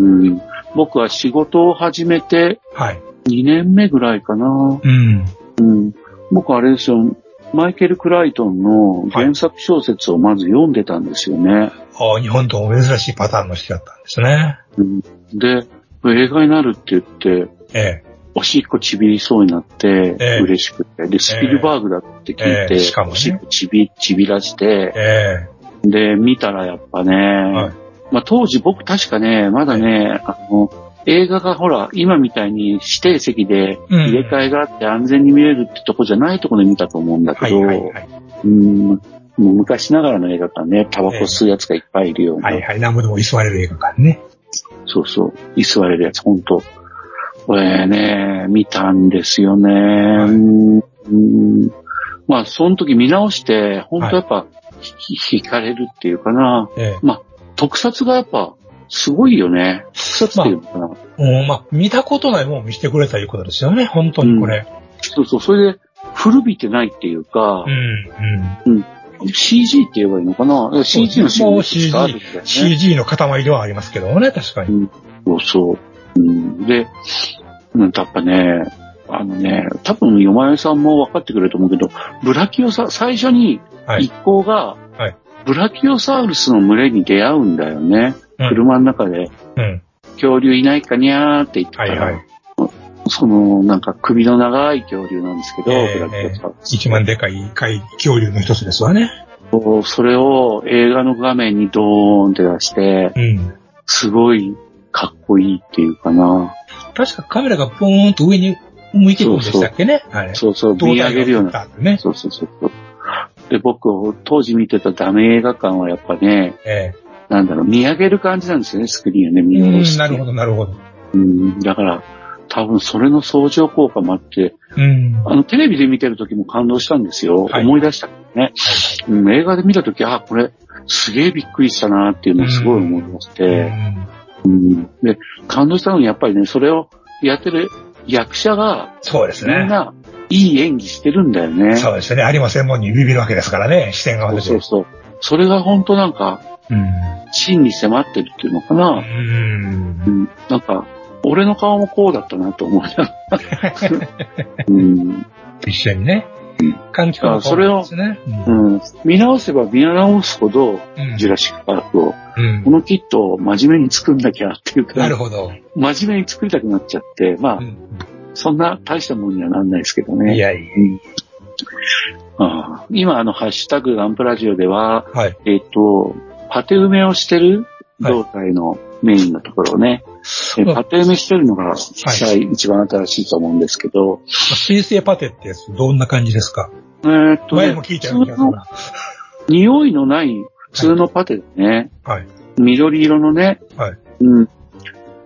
Speaker 2: うん、僕は仕事を始めて
Speaker 1: はい。
Speaker 2: 2年目ぐらいかな。
Speaker 1: うん。
Speaker 2: うん、僕あれですよ、マイケル・クライトンの原作小説をまず読んでたんですよね。
Speaker 1: あ日本とも珍しいパターンの人だったんですね。
Speaker 2: うん、で、映画になるって言って、
Speaker 1: え
Speaker 2: おしっこちびりそうになって
Speaker 1: ええ、
Speaker 2: 嬉しくて。で、スピルバーグだって聞いて、
Speaker 1: ええしかもね
Speaker 2: おしっこちび、ちびらし
Speaker 1: え
Speaker 2: て、
Speaker 1: え
Speaker 2: で、見たらやっぱね、
Speaker 1: えはい。
Speaker 2: まあ当時僕確かね、まだね、あの、映画がほら、今みたいに指定席で
Speaker 1: うん
Speaker 2: 入れ替えがあって安全に見れるってとこじゃないとこで見たと思うんだ
Speaker 1: は
Speaker 2: け
Speaker 1: い
Speaker 2: ど、
Speaker 1: はいはい。
Speaker 2: うん、もう昔ながらの映画館ね、タバコ吸うやつがいっぱいいるような、
Speaker 1: はいはい。なんぼでも居座れる映画館ね。
Speaker 2: そうそう、居座れるやつ、ほんと。これね、見たんですよね。
Speaker 1: い
Speaker 2: うんまあ、その時見直して、ほんとやっぱ、ひひ惹かれるっていうかな。
Speaker 1: ええ
Speaker 2: 特撮がやっぱ、すごいよね。特撮っていうのかな。
Speaker 1: うん、まあ、見たことないもん見してくれたいうことですよね。本当にこれ。
Speaker 2: そうそう、それで、古びてないっていうか
Speaker 1: うん、、うん。
Speaker 2: CG って言えばいいのかな ?CG のシーン
Speaker 1: も
Speaker 2: が
Speaker 1: う
Speaker 2: いくつかあるんだよね
Speaker 1: CG の塊ではありますけどもね、確かに。
Speaker 2: そうそう。うん、で、うん、やっぱね、あのね、多分、よまよさんも分かってくれると思うけど、ブラキオサ、最初に
Speaker 1: はい
Speaker 2: 一行が、
Speaker 1: はい
Speaker 2: ブラキオサウルスの群れに出会うんだよね。
Speaker 1: うん。
Speaker 2: 車の中で、
Speaker 1: うん。
Speaker 2: 恐竜いないかにゃーって言ってた
Speaker 1: はい
Speaker 2: ら、
Speaker 1: はい。
Speaker 2: その、なんか首の長い恐竜なんですけど、
Speaker 1: ええ
Speaker 2: ブラキオサウルス。
Speaker 1: 一番でかい怪恐竜の一つですわね。
Speaker 2: こうそれを映画の画面にドーンって出して、
Speaker 1: うん。
Speaker 2: すごいかっこいいっていうかな。
Speaker 1: 確かカメラがポーンと上に向いていくんでしたっけねあれ。
Speaker 2: そうそう、
Speaker 1: 胴
Speaker 2: 見上
Speaker 1: 体
Speaker 2: げるような。
Speaker 1: が取ったんでね。
Speaker 2: そうそうそうそう。で、僕、当時見てたダメ映画館はやっぱね、
Speaker 1: え
Speaker 2: なんだろう、見上げる感じなんですよね、スクリーンをね、
Speaker 1: え
Speaker 2: 見下ろして。
Speaker 1: なるほど、なるほど。
Speaker 2: うん、だから、多分それの相乗効果もあって、
Speaker 1: うん。
Speaker 2: あの、テレビで見てる時も感動したんですよ。
Speaker 1: はい
Speaker 2: 思い出したね、うん。映画で見た時、あ、これ、すげえびっくりしたなっていうのをすごい思いまして、
Speaker 1: うん
Speaker 2: で、感動したのにやっぱりね、それをやってる役者が、
Speaker 1: そうです
Speaker 2: みん
Speaker 1: ね。
Speaker 2: な、いい演技してるんだよね。
Speaker 1: そうですね。有馬専門にビビるわけですからね、視点が
Speaker 2: そう
Speaker 1: 私。
Speaker 2: そうそう。それが本当なんか、
Speaker 1: うん。
Speaker 2: 真に迫ってるっていうのかな。
Speaker 1: うん
Speaker 2: う。ん、なんか、俺の顔もこうだったなと思う
Speaker 1: <laughs>
Speaker 2: な。うん
Speaker 1: 一緒にね。感じ
Speaker 2: あそれを
Speaker 1: ですね。
Speaker 2: うん、見直せば見直すほど、
Speaker 1: うん
Speaker 2: ジュラシック・パークを、
Speaker 1: うん
Speaker 2: このキットを真面目に作んなきゃっていう
Speaker 1: な
Speaker 2: か
Speaker 1: る、ほど。
Speaker 2: 真面目に作りたくなっちゃって、まあ
Speaker 1: う、ん
Speaker 2: そんな大したもんにはなんないですけど
Speaker 1: い
Speaker 2: ね。
Speaker 1: やいや。
Speaker 2: ああ今、あの、ハッシュタグガンプラジオでは、
Speaker 1: はい。
Speaker 2: えっ、と、パテ埋めをしてる
Speaker 1: はい
Speaker 2: 胴体のメインのところをね、え
Speaker 1: うん
Speaker 2: パテ埋めしてるのが実際一番新しいと思うんですけど、
Speaker 1: 水星パテってやつ、どんな感じですか
Speaker 2: えっとね
Speaker 1: 前も聞いたような気がするな。
Speaker 2: 匂いのない普通のパテでね、
Speaker 1: はい。
Speaker 2: 緑色のね、
Speaker 1: はい
Speaker 2: うん。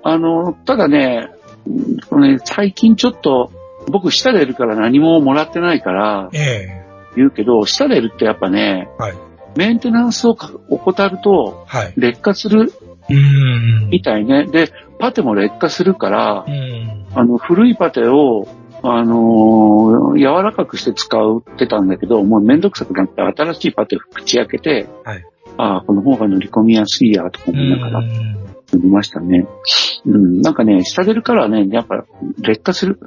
Speaker 2: あの、ただね、うんこのね最近ちょっと、僕、舌出るから何ももらってないから
Speaker 1: ええ。
Speaker 2: 言うけど、舌出るってやっぱね、
Speaker 1: はい
Speaker 2: メンテナンスをか怠ると
Speaker 1: はい。
Speaker 2: 劣化する
Speaker 1: うん。
Speaker 2: みたいね。で、パテも劣化するから
Speaker 1: う、ん。
Speaker 2: あの、古いパテを、あのー柔らかくして使ってたんだけど、もうめんどくさくなって新しいパテを口開けて、
Speaker 1: はい
Speaker 2: ああ、この方が塗り込みやすいや、とか
Speaker 1: う
Speaker 2: 思いながら
Speaker 1: ん。
Speaker 2: 塗りましたね。うん、なんかね、下出るからね、やっぱ劣化する。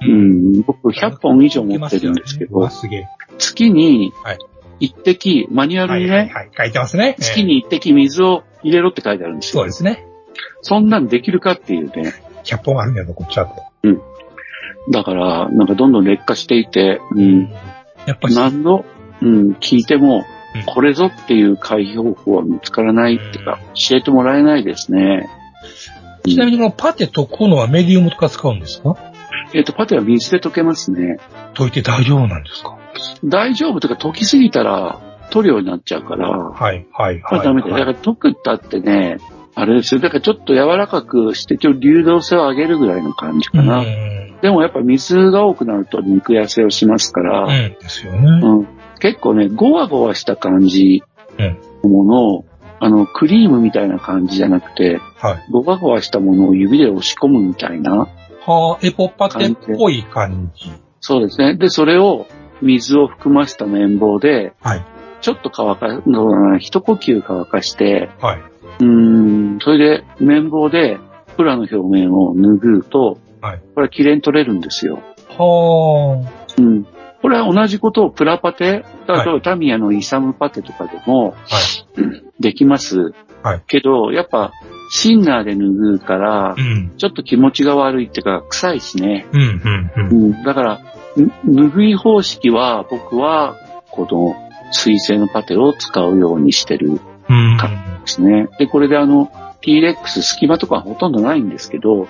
Speaker 2: う
Speaker 1: うん
Speaker 2: ん、僕100本以上持ってるんですけ
Speaker 1: うわ
Speaker 2: ど、
Speaker 1: すげえ。
Speaker 2: 月に
Speaker 1: はい
Speaker 2: 1滴、マニュア
Speaker 1: は
Speaker 2: ル
Speaker 1: い
Speaker 2: に
Speaker 1: はい
Speaker 2: ね、
Speaker 1: はい。書いてますね。
Speaker 2: 月
Speaker 1: ええ。
Speaker 2: に1滴水を入れろって書いてあるんです
Speaker 1: そう
Speaker 2: よ。
Speaker 1: ですね。
Speaker 2: そんなんできるかっていうね。
Speaker 1: 100本あるんやぞ、こっちはと。
Speaker 2: だから、なんかどんどん劣化していて、うん、
Speaker 1: やっぱり、
Speaker 2: 何度、うん、聞いても
Speaker 1: うん、
Speaker 2: これぞっていう解決方法は見つからないっていうか、教えてもらえないですね。
Speaker 1: ちなみにこのパテ溶くのはメディウムとか使うんですか
Speaker 2: えっ、と、パテは水で溶けますね。
Speaker 1: 溶いて大丈夫なんですか
Speaker 2: 大丈夫というか、溶きすぎたら塗料になっちゃうから、
Speaker 1: はい、はい、は
Speaker 2: これ
Speaker 1: い。
Speaker 2: ダメだよ。だから溶くったってね、あれですよ。だからちょっと柔らかくして、ちょっと流動性を上げるぐらいの感じかな。
Speaker 1: うん。
Speaker 2: でもやっぱ水が多くなると肉痩せをしますから、
Speaker 1: うん。ですよね。
Speaker 2: うん結構ね、ゴワゴワした感じ
Speaker 1: うん
Speaker 2: のものを、あの、クリームみたいな感じじゃなくて、
Speaker 1: はい。
Speaker 2: ゴワゴワしたものを指で押し込むみたいな。
Speaker 1: はあ、エポパテっぽい感じ。
Speaker 2: そうですね。で、それを水を含ました綿棒で、
Speaker 1: はい
Speaker 2: ちょっと乾か、どうだな一呼吸乾かして、
Speaker 1: はい。
Speaker 2: うーん、それで綿棒でプラの表面を拭うと、
Speaker 1: はい
Speaker 2: これは綺麗に取れるんですよ。
Speaker 1: は
Speaker 2: うん。これは同じことをプラパテ、
Speaker 1: はい
Speaker 2: 例えばタミヤのイサムパテとかでも、
Speaker 1: あ。はい。
Speaker 2: できます。
Speaker 1: はい
Speaker 2: けど、やっぱ、シンナーで拭うから
Speaker 1: う、ん。
Speaker 2: ちょっと気持ちが悪いっていうか、臭いしね。
Speaker 1: うん、うん、う。
Speaker 2: うんん。だから、ぬ拭い方式は、僕は、この、水性のパテを使うようにしてるんで
Speaker 1: うん。
Speaker 2: か
Speaker 1: は
Speaker 2: すね。で、これであの、T-Rex 隙間とかほとんどないんですけど、
Speaker 1: い。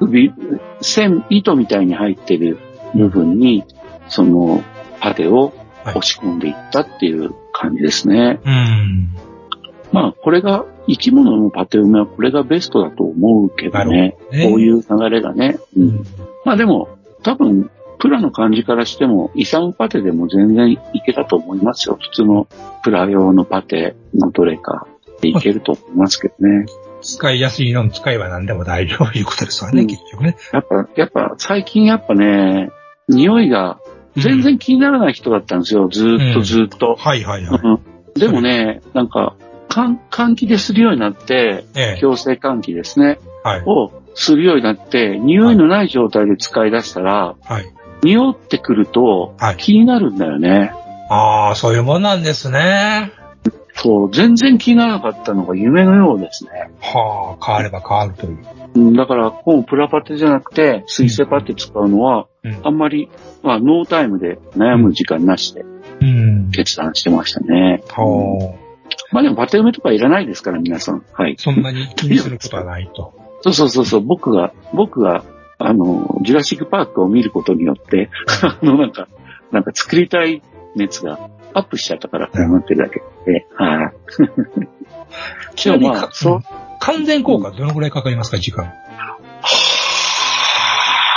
Speaker 2: 首、線、糸みたいに入ってる部分に、その、パテを押し込んでいったっていう感じですね。
Speaker 1: うん。
Speaker 2: まあ、これが、生き物のパテ埋めはこれがベストだと思うけどね。
Speaker 1: ね
Speaker 2: こういう流れがね。うんまあでも、多分、プラの感じからしても、イサムパテでも全然いけたと思いますよ。普通のプラ用のパテのどれかでいけると思いますけどね。
Speaker 1: 使いやすいのに使えば何でも大丈夫いうことですわね、
Speaker 2: うん
Speaker 1: 結局ね。
Speaker 2: やっぱ、やっぱ、最近やっぱね、匂いが全然気にならない人だったんですよ。ずーっとずーっと。
Speaker 1: はいはいはい。
Speaker 2: うんでもね、なんか、換換気でするようになって、
Speaker 1: ええ。
Speaker 2: 強制換気ですね。
Speaker 1: はい。
Speaker 2: をするようになって、匂いのない状態で使い出したら、
Speaker 1: はい。
Speaker 2: 匂ってくると
Speaker 1: はい
Speaker 2: 気になるんだよね。
Speaker 1: ああ、そういうもんなんですね。
Speaker 2: そう、全然気にならなかったのが夢のようですね。
Speaker 1: はあ、変われば変わるという。
Speaker 2: うん、だから、こうプラパテじゃなくて、水性パテ使うのは、
Speaker 1: うん
Speaker 2: あんまり、まあ、ノータイムで悩む時間なしで
Speaker 1: うん。
Speaker 2: 決断してましたね。
Speaker 1: はあ。
Speaker 2: まあでも、パテ埋めとかいらないですから、皆さん。はい。
Speaker 1: そんなに気にすることはないと。
Speaker 2: そうそうそうそう、僕が、僕が、あの、ジュラシックパークを見ることによって、 <laughs> あの、なんか、なんか作りたい熱がアップしちゃったから、こうなってるだけで、はい。
Speaker 1: ちなみにか、
Speaker 2: まあそう
Speaker 1: うん完全効果どのぐらいかかりますか、時間。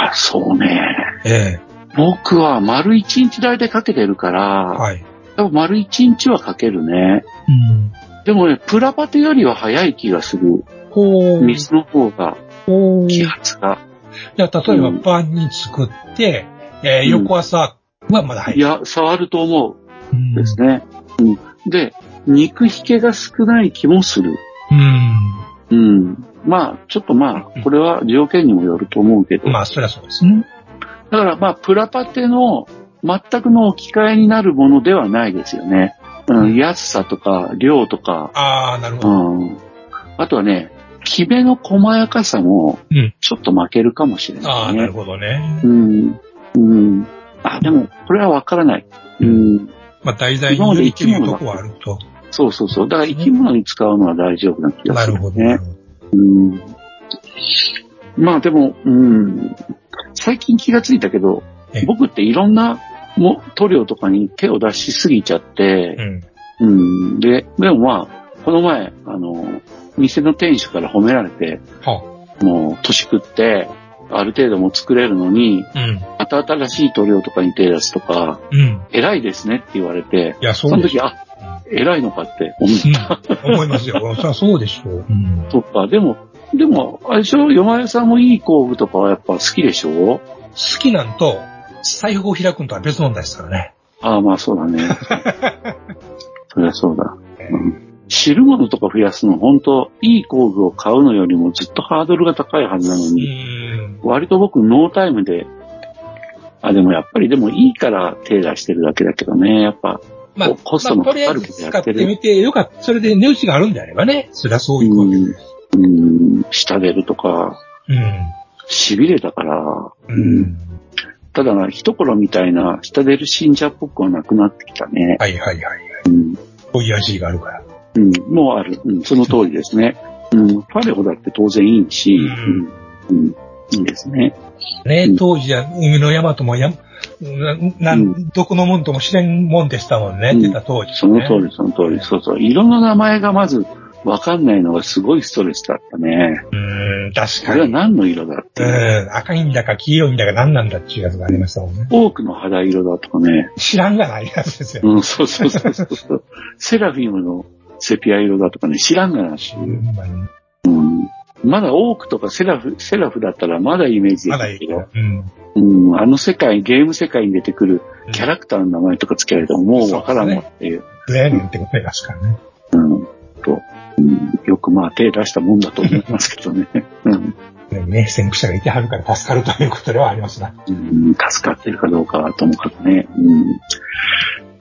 Speaker 2: あそうね。
Speaker 1: ええ
Speaker 2: 僕は丸一日大体かけてるから、
Speaker 1: はい。
Speaker 2: 多分丸一日はかけるね。
Speaker 1: うん。
Speaker 2: でもね、プラパテよりは早い気がする。
Speaker 1: こう、
Speaker 2: 水の方が、
Speaker 1: こう。
Speaker 2: 気
Speaker 1: じゃ
Speaker 2: 圧
Speaker 1: あ
Speaker 2: が。
Speaker 1: 例えば
Speaker 2: うん
Speaker 1: 晩に作って、えー
Speaker 2: うん
Speaker 1: 翌朝はまだ入
Speaker 2: い
Speaker 1: る。
Speaker 2: や、触ると思
Speaker 1: うん
Speaker 2: う。ですね。うん。で、肉引けが少ない気もする。
Speaker 1: うん。
Speaker 2: うん。まあ、ちょっとまあ、これは条件にもよると思うけど。
Speaker 1: まあ、そりゃそうですね。
Speaker 2: だからまあ、プラパテの全くの置き換えになるものではないですよね。うん、安さとか、量とか、
Speaker 1: ああ、なるほ
Speaker 2: う
Speaker 1: ど。
Speaker 2: ん。あとはね、キメの細やかさも
Speaker 1: うん、
Speaker 2: ちょっと負けるかもしれ
Speaker 1: あ
Speaker 2: な
Speaker 1: あ、
Speaker 2: い
Speaker 1: な
Speaker 2: ね
Speaker 1: る。ほどね。
Speaker 2: うん。うん。あ、でも、これはわからない。うん。
Speaker 1: まあ、題材によりというとこはあると。
Speaker 2: そうそうそう。だから生き物に使うのは大丈夫な気が
Speaker 1: な
Speaker 2: す
Speaker 1: る
Speaker 2: る
Speaker 1: ほど。な
Speaker 2: ね
Speaker 1: る。ほど
Speaker 2: うん。まあでも、うん。最近気がついたけど
Speaker 1: ええ、
Speaker 2: 僕っていろんなも塗料とかに手を出しすぎちゃって
Speaker 1: う、ん。
Speaker 2: うん。で、でもまあ、この前、あの、店の店主から褒められて、
Speaker 1: は
Speaker 2: もう、年食って、ある程度もう作れるのに、
Speaker 1: あ。うん。
Speaker 2: また新しい塗料とかに手出すとか、
Speaker 1: うん。
Speaker 2: 偉いですねって言われて、
Speaker 1: いや、そ
Speaker 2: そうの
Speaker 1: です。
Speaker 2: 時、あ、偉いのかって思っ
Speaker 1: うん。思いますよ。 <laughs> そりゃそうでしょう。うん。
Speaker 2: とか、でも、でも、あれでしょ山屋さんもいい工具とかはやっぱ好きでしょ
Speaker 1: 好きなんと、財布を開くのとは別問題ですからね。
Speaker 2: ああ、まあそう
Speaker 1: <laughs>
Speaker 2: だね。そりゃそうだ。うん、知るものとか増やすの、本当いい工具を買うのよりもずっとハードルが高いはずなの
Speaker 1: う
Speaker 2: に、
Speaker 1: ん。
Speaker 2: 割と僕ノータイムで、あ、でもやっぱりでもいいから手出してるだけだけどね、やっぱ。
Speaker 1: まあ、
Speaker 2: こコストの
Speaker 1: まあとりあえ
Speaker 2: かかる
Speaker 1: ず
Speaker 2: ことや
Speaker 1: 使
Speaker 2: っ
Speaker 1: って
Speaker 2: てる
Speaker 1: みて、よかった。それで値打ちがあるんであればね、そりゃそういうわけで。
Speaker 2: うん、下出るとか、
Speaker 1: うん。
Speaker 2: 痺れたから、
Speaker 1: うん。
Speaker 2: ただな、一頃みたいな、下出る信者っぽくはなくなってきたね。
Speaker 1: はいはいはい。
Speaker 2: うん。
Speaker 1: こういう味があるから。
Speaker 2: うん、もうある。うん、その通りですね。うん、ファレホだって当然いいし、
Speaker 1: うん
Speaker 2: うん、うん、いいですね。う
Speaker 1: ね
Speaker 2: ん、
Speaker 1: 当時は海の山ともや、な、な、
Speaker 2: うん
Speaker 1: どこのもんとも知れんもんでしたもんね、
Speaker 2: うん
Speaker 1: 出た当時、ね。
Speaker 2: その通り、その通り。そうそう。色の名前がまずわかんないのがすごいストレスだったね。
Speaker 1: うん、確
Speaker 2: こ
Speaker 1: か
Speaker 2: れは
Speaker 1: に。
Speaker 2: 何の色だっていう。
Speaker 1: うん、赤いんだか黄色いんだか何なんだっていうやつがありましたもんね。
Speaker 2: 多くの肌色だとかね。
Speaker 1: 知らんがないやつですよ。
Speaker 2: うん、そうそうそうそ
Speaker 1: <laughs>
Speaker 2: うそう。セラフィムのセピア色だとかね、知らんがなし。
Speaker 1: ほんまに
Speaker 2: うん。まだ多くとかセラフ、セラフだったらまだイメージで
Speaker 1: ま
Speaker 2: き
Speaker 1: だい
Speaker 2: る
Speaker 1: い
Speaker 2: け
Speaker 1: け
Speaker 2: ど、
Speaker 1: ど。うん。
Speaker 2: うん、あの世界、ゲーム世界に出てくるキャ
Speaker 1: ラ
Speaker 2: ラクターの名前とか付けられてももうわからん
Speaker 1: そうで
Speaker 2: わ
Speaker 1: す
Speaker 2: っていう、
Speaker 1: やねんってことになりますからね。
Speaker 2: と、うん、よくまあ手出したもんだと思いますけどね。うん、
Speaker 1: ね、先駆者がいてはるから助かるということではありますな。
Speaker 2: うん、助かってるかどうかはともかくね。うん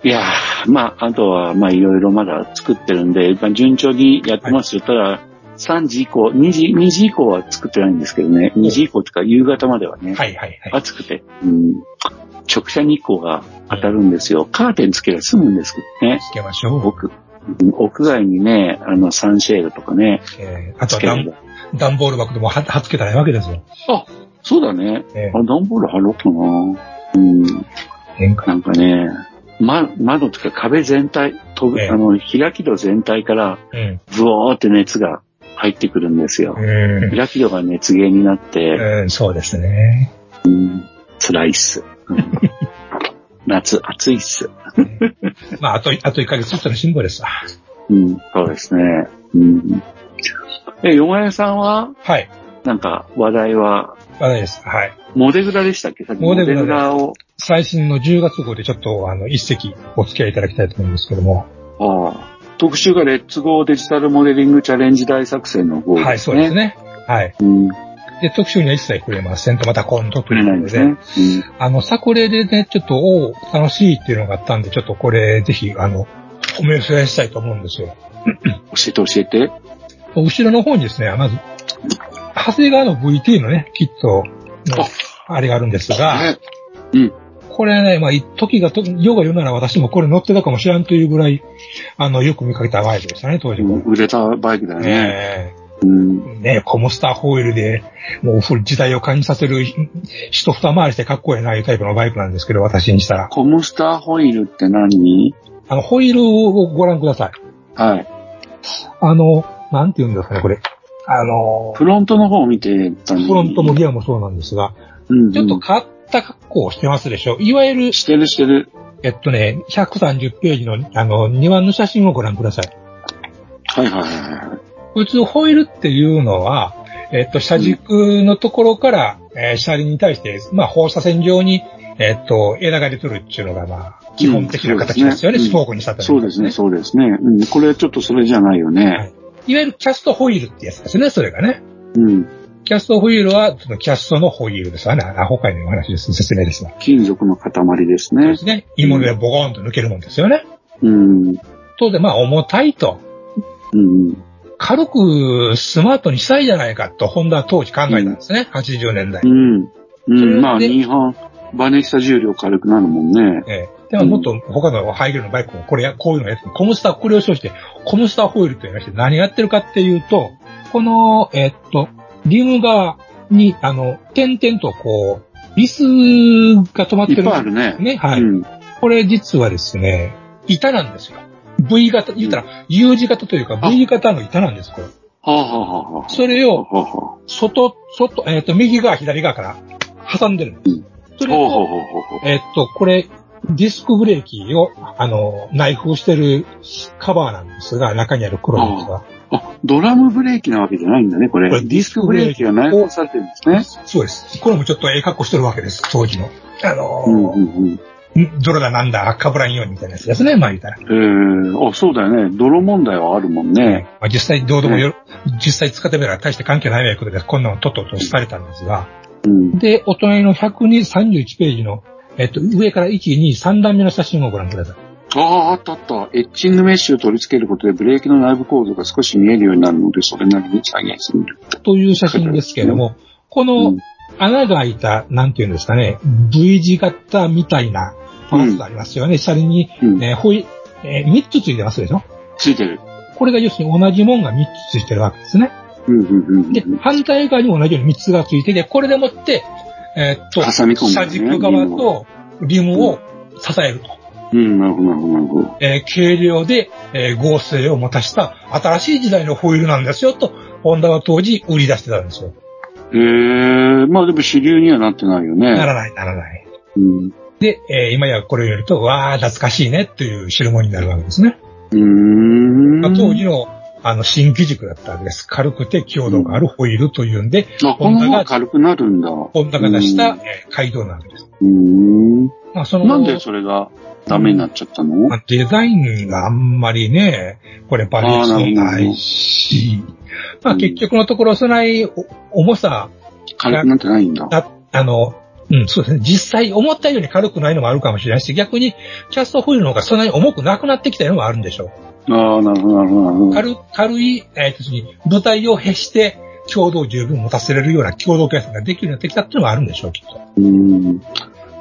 Speaker 2: いやー、まあ、あとは、まあ、いろいろまだ作ってるんで、まあ、順調にやってますよ。ただ、3時以降、2時、2時以降は作ってないんですけどね。2時以降とか、夕方まではね。
Speaker 1: はいはいはい。
Speaker 2: 暑くて、うん、直射日光が当たるんですよ。カーテンつけりゃ済むんですけどね。
Speaker 1: つけましょう。
Speaker 2: 僕、うん屋外にね、あの、サンシェードとかね、
Speaker 1: えーあと
Speaker 2: つ
Speaker 1: は
Speaker 2: け
Speaker 1: ダ
Speaker 2: れ
Speaker 1: ン
Speaker 2: ば。
Speaker 1: 段ボール箱でもははっつけたらいいわけですよ。
Speaker 2: そうだね。
Speaker 1: え
Speaker 2: あ、段ボール貼ろうかな。うん、
Speaker 1: ー、変化。
Speaker 2: なんかね、ま、窓とか壁全体、飛ぶ、
Speaker 1: ええ
Speaker 2: あの、開き戸全体から、
Speaker 1: うん。
Speaker 2: ブオーって熱が入ってくるんですよ。
Speaker 1: う
Speaker 2: 開き戸が熱源になって、
Speaker 1: ん。うん、そうですね。
Speaker 2: うん、辛いっす。うん
Speaker 1: <laughs>
Speaker 2: 夏、暑いっす。
Speaker 1: まあ、あと、あと1ヶ月ちょっとの辛抱ですわ。
Speaker 2: うん、そうですね。うん。え、よもやさんは、
Speaker 1: はい。
Speaker 2: なんか、話題は、
Speaker 1: まだです。はい。
Speaker 2: モデグラでしたっけさっきモ
Speaker 1: モ
Speaker 2: デ
Speaker 1: デグラ
Speaker 2: グラを。
Speaker 1: 最新の10月号でちょっと、あの、一席お付き合いいただきたいと思うんですけども。
Speaker 2: ああ特集がレッツゴーデジタルモデリングチャレンジ大作戦の号
Speaker 1: は
Speaker 2: で
Speaker 1: い、
Speaker 2: す
Speaker 1: そ
Speaker 2: ね。
Speaker 1: うです。ね。はい。
Speaker 2: うん、
Speaker 1: で、特集には一切触れませんと、また今度と
Speaker 2: く
Speaker 1: い
Speaker 2: れ
Speaker 1: う
Speaker 2: ない
Speaker 1: こ
Speaker 2: で
Speaker 1: と
Speaker 2: す
Speaker 1: で、
Speaker 2: ね。
Speaker 1: あの、作例でね、ちょっと、おう楽しいっていうのがあったんで、ちょっとこれ、ぜひ、あの、お目を増やしたいと思うんですよ。
Speaker 2: うん、教えて教えて。
Speaker 1: 後ろの方にですね、まず、長谷川の VT のね、キットの、あれがあるんですが、
Speaker 2: はい。
Speaker 1: これね、まあ、い時がと、世が世なら私もこれ乗ってたかもしらんというぐらい、あの、よく見かけたバイクでしたね、当時も。
Speaker 2: 売れたバイクだね。
Speaker 1: ええ
Speaker 2: うん。
Speaker 1: ね、コムスターホイールで、もう古い時代を感じさせる、一二回りしてかっこええな、いうタイプのバイクなんですけど、私にしたら。
Speaker 2: コムスターホイールって何
Speaker 1: あの、ホイールをご覧ください。
Speaker 2: はい。
Speaker 1: あの、なんて言うんですかね、これ。あの、
Speaker 2: フロントの方を見てたのに
Speaker 1: フロントも、ギアもそうなんですが、
Speaker 2: うんうん、
Speaker 1: ちょっと変わった格好をしてますでしょ。いわゆる、
Speaker 2: してるしてる。
Speaker 1: えっとね、130ページの、あの、庭の写真をご覧ください。
Speaker 2: はいはいはいはい。
Speaker 1: 普通ホイールっていうのは、えっと、車軸のところから、えー車輪に対して、まあ、放射線状に、えっと、枝が出てるっていうのが、まあ、基本的な形ですよね。
Speaker 2: うん
Speaker 1: スポークにしたと、
Speaker 2: そうですね、。そうですね。うん、これちょっとそれじゃないよ
Speaker 1: は
Speaker 2: ね。
Speaker 1: い。いわゆるキャストホイールってやつですね、それがね。
Speaker 2: うん。
Speaker 1: キャストホイールは、そのキャストのホイールですわね。あ、他にお話です。説明ですわ。
Speaker 2: 金属の塊です
Speaker 1: そう
Speaker 2: ね
Speaker 1: で。すね。いいものでボコーンと抜けるもんですよね。
Speaker 2: うん。うん
Speaker 1: 当然、まあ、重たいと。
Speaker 2: うん。
Speaker 1: 軽くスマートにしたいじゃないかと、ホンダは当時考えたんですね。80年代
Speaker 2: う。ん。う
Speaker 1: それで
Speaker 2: ん。まあ、日本、バネキサ重量軽くなるもんね。
Speaker 1: ええ。でももっと他のハイレルのバイクもこれや、こういうのやって、コムスター、これを称して、コムスターホイールというのがして何やってるかっていうと、この、えっと、リム側に、あの、点々とこう、リスが止まって
Speaker 2: いっ
Speaker 1: る。
Speaker 2: ぱいあるね。
Speaker 1: ね、はい。
Speaker 2: うん。
Speaker 1: これ実はですね、板なんですよ。V 型、言ったら U 字型というか
Speaker 2: あ
Speaker 1: V 型の板なんです、これ。
Speaker 2: はあ、はあはあはあ、
Speaker 1: それを、
Speaker 2: はあはあ
Speaker 1: 外、外、えっ、と、右側、左側から挟んでるんで
Speaker 2: うん
Speaker 1: す。それ
Speaker 2: ほうほう
Speaker 1: と、
Speaker 2: ほうほうほう。
Speaker 1: えっ、と、これ、ディスクブレーキを、あの、内封してるカバーなんですが、中にある黒いやつは。
Speaker 2: あ、ドラムブレーキなわけじゃないんだね、これ。
Speaker 1: これ
Speaker 2: ディスクブレーキが内包されてるんですね。
Speaker 1: そうです。これもちょっとええ格好してるわけです、当時の。あの
Speaker 2: うんうん
Speaker 1: ん泥だなんだ、かぶらんようにみたいなやつですね、まあ言ったら。
Speaker 2: うん。えー、あ、そうだよね。泥問題はあるもんね。
Speaker 1: まあ、実際どうでもよろ、実際使ってみれば大して関係ないわけで、こんなのとっととされたんですが、
Speaker 2: うん。
Speaker 1: で、お隣の131ページの、えっと、上から1、2、3段目の写真をご覧ください。
Speaker 2: ああ、あったあった。エッチングメッシュを取り付けることでブレーキの内部構造が少し見えるようになるので、それなりに再現する。
Speaker 1: という写真ですけれども、こ
Speaker 2: う
Speaker 1: の
Speaker 2: ん
Speaker 1: 穴が開いた、なんていうんですかね、V 字型みたいなパーツがありますよね。車輪に、
Speaker 2: うん。
Speaker 1: えーほい、えー3つついてますでしょ
Speaker 2: ついてる。
Speaker 1: これが要するに同じもんが3つついてるわけですね。
Speaker 2: うんうんうんうん。
Speaker 1: で、反対側にも同じように3つがついてて、これでもって、えーっと、
Speaker 2: 挟み込む、ね。
Speaker 1: 車軸側とリムを支えると。
Speaker 2: うん、なるほど、なるほど、なるほど。
Speaker 1: えー軽量で、えー合成を持たした新しい時代のホイールなんですよと、ホンダは当時売り出してたんですよ。
Speaker 2: ええー、まあでも主流にはなってないよね。
Speaker 1: ならない、ならない。
Speaker 2: うん。う
Speaker 1: で、えー今やこれをやると、わー、懐かしいねっていう代物になるわけですね。
Speaker 2: ーん。
Speaker 1: まあ当時の、あの、新機軸だったわけです。軽くて強度があるホイールというんで、
Speaker 2: あ、この方が軽くなるんだ。
Speaker 1: ホンダが出した、えー街道なわけです。
Speaker 2: うん。
Speaker 1: まあ、その、
Speaker 2: なんでそれがダメになっちゃったの
Speaker 1: まあデザインがあんまりね、これバリエーションないし、まあ
Speaker 2: うん
Speaker 1: 結局のところ、そないお重さ、
Speaker 2: 軽くなってないんだ。
Speaker 1: だ、あの、うん、そうですね。実際、思ったより軽くないのもあるかもしれないし、逆に、キャストホイールの方がそんなに重くなくなってきたのもあるんでしょ
Speaker 2: ああ、なるほど、なるほど、なるほ
Speaker 1: う。
Speaker 2: ど。
Speaker 1: 軽、軽い、えー、とに、舞台を減して、強度を十分持たせれるような共同計算ができるようになってきたっていうのもあるんでしょう、きっと。
Speaker 2: うん。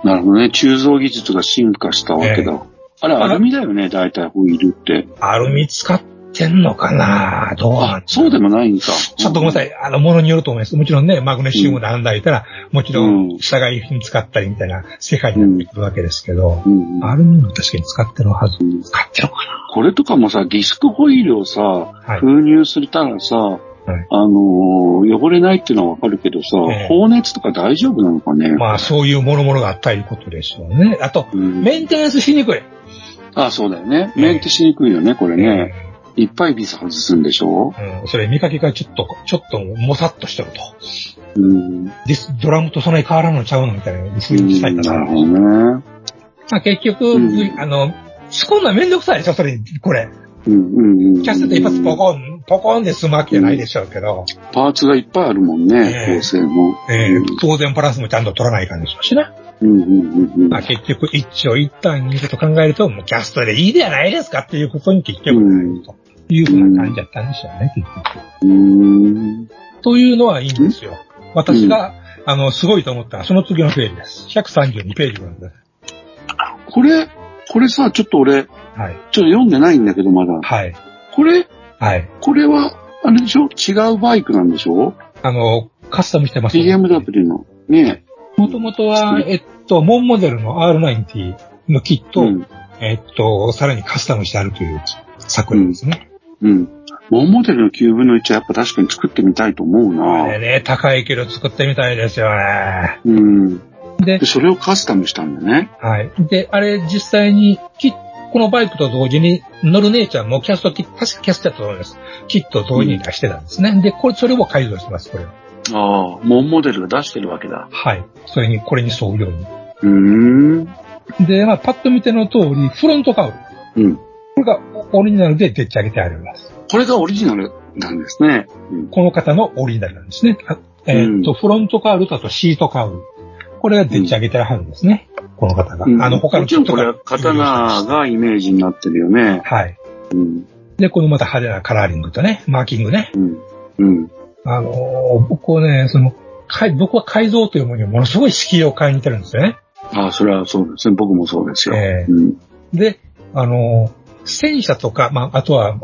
Speaker 2: なるほどね。鋳造技術が進化したわけだ。
Speaker 1: え
Speaker 2: あれ、
Speaker 1: まあ
Speaker 2: アルミだよね、大体ホイールって。
Speaker 1: アルミ使ってんのかなどうなんだろ
Speaker 2: あ、そうでもないんか。
Speaker 1: ちょっとごめんなさ
Speaker 2: い。
Speaker 1: い。あの、ものによると思います。もちろんね、マグネシウムなんだ言ったら、もちろ
Speaker 2: うん
Speaker 1: ん、社外品使ったりみたいな世界になってくるわけですけど、
Speaker 2: うん。
Speaker 1: アルミも確かに使ってるはず。
Speaker 2: うん
Speaker 1: 使ってるか
Speaker 2: これとかもさ、ディスクホイールをさ、
Speaker 1: はい
Speaker 2: 封入するたらさ、あのー汚れないっていうのはわかるけどさ、
Speaker 1: ええ
Speaker 2: 放熱とか大丈夫なのかね
Speaker 1: なまあ、そういうもろもろがあったりことでしょうね。あと、
Speaker 2: うん
Speaker 1: メンテナンスしにくい。
Speaker 2: あ、そうだよね。
Speaker 1: ええ
Speaker 2: メンテしにくいよね、これね。
Speaker 1: ええ
Speaker 2: いっぱいビス外すんでしょ
Speaker 1: うん、それ見かけがちょっと、ちょっともさっとしてると。
Speaker 2: うん。
Speaker 1: ディスドラムとそんなに変わらんのちゃうのみたいな雰囲気した
Speaker 2: う
Speaker 1: い
Speaker 2: ん
Speaker 1: か
Speaker 2: なる
Speaker 1: な。
Speaker 2: ほどね。
Speaker 1: まあ結局、
Speaker 2: うん
Speaker 1: あの、仕込んだらめんどくさいでしょ、それに、これ。
Speaker 2: うんうんうん。
Speaker 1: キャストで一発ポコン、ポコンで済むわけじゃないでしょうけど、
Speaker 2: パーツがいっぱいあるもんね、
Speaker 1: ええ
Speaker 2: 構成も。
Speaker 1: ええ当然バランスもちゃんと取らない感じでしょうしね。
Speaker 2: うんうんうんうん。
Speaker 1: まあ結局、一長一短いうこと考えると、もうキャストでいいではないですかっていうことに結局なるというふうな感じだったんでしょうね、結局。
Speaker 2: うーん。
Speaker 1: というのはいいんですよ。私が、あの、すごいと思ったのはその次のページです。132ページご覧くださ
Speaker 2: これ、これさ、ちょっと俺、ちょっ
Speaker 1: い。はい。
Speaker 2: と読んでないんだけど、まだ。
Speaker 1: はい。
Speaker 2: これ、
Speaker 1: はい。
Speaker 2: これは、あれでしょ違うバイクなんでしょ
Speaker 1: あの、カスタムしてます、
Speaker 2: ?BMW の。ね
Speaker 1: もともとは、えっと、モンモデルの R90 のキットを、
Speaker 2: うん
Speaker 1: えっと、さらにカスタムしてあるという作品ですね。
Speaker 2: うん。モンモデルの9分の1はやっぱ確かに作ってみたいと思う
Speaker 1: あれ
Speaker 2: な。
Speaker 1: ね、高いけど作ってみたいですよね。
Speaker 2: うん。
Speaker 1: で
Speaker 2: で、、それをカスタムしたんだね。
Speaker 1: はい。で、あれ実際にキ、このバイクと同時に乗る姉ちゃんもキャストキット、確かキャストだったと思います。キットを同時に出してたんですね。で、これ、それを改造してます、これは。
Speaker 2: ああ、モンモデルが出してるわけだ。
Speaker 1: はい。それに、これに沿うように。
Speaker 2: うーん。
Speaker 1: で、まあ、パッと見ての通り、フロントカウル。
Speaker 2: うん。
Speaker 1: これがオオリジナルででっち上げてあります。
Speaker 2: これがオリジナルなんですね。うん。
Speaker 1: この方のオリジナルなんですね。あえーっと、フロントカウルとあとシートカウル。これがでっち上げてあるんですね。この方が。
Speaker 2: うん
Speaker 1: あの、他の
Speaker 2: もちろんこれは
Speaker 1: は
Speaker 2: 刀がイメージになってるよね。
Speaker 1: はい。
Speaker 2: うん。
Speaker 1: で、このまた派手なカラーリングとね、マーキングね。
Speaker 2: うん。うん。
Speaker 1: あのー僕はね、その、かい僕は改造というものにものすごい敷居を感じてるんですよね。
Speaker 2: ああ、それはそうですね。僕もそうですよ。
Speaker 1: ええ
Speaker 2: うん。
Speaker 1: で、あのー戦車とか、まあ、あとは、あの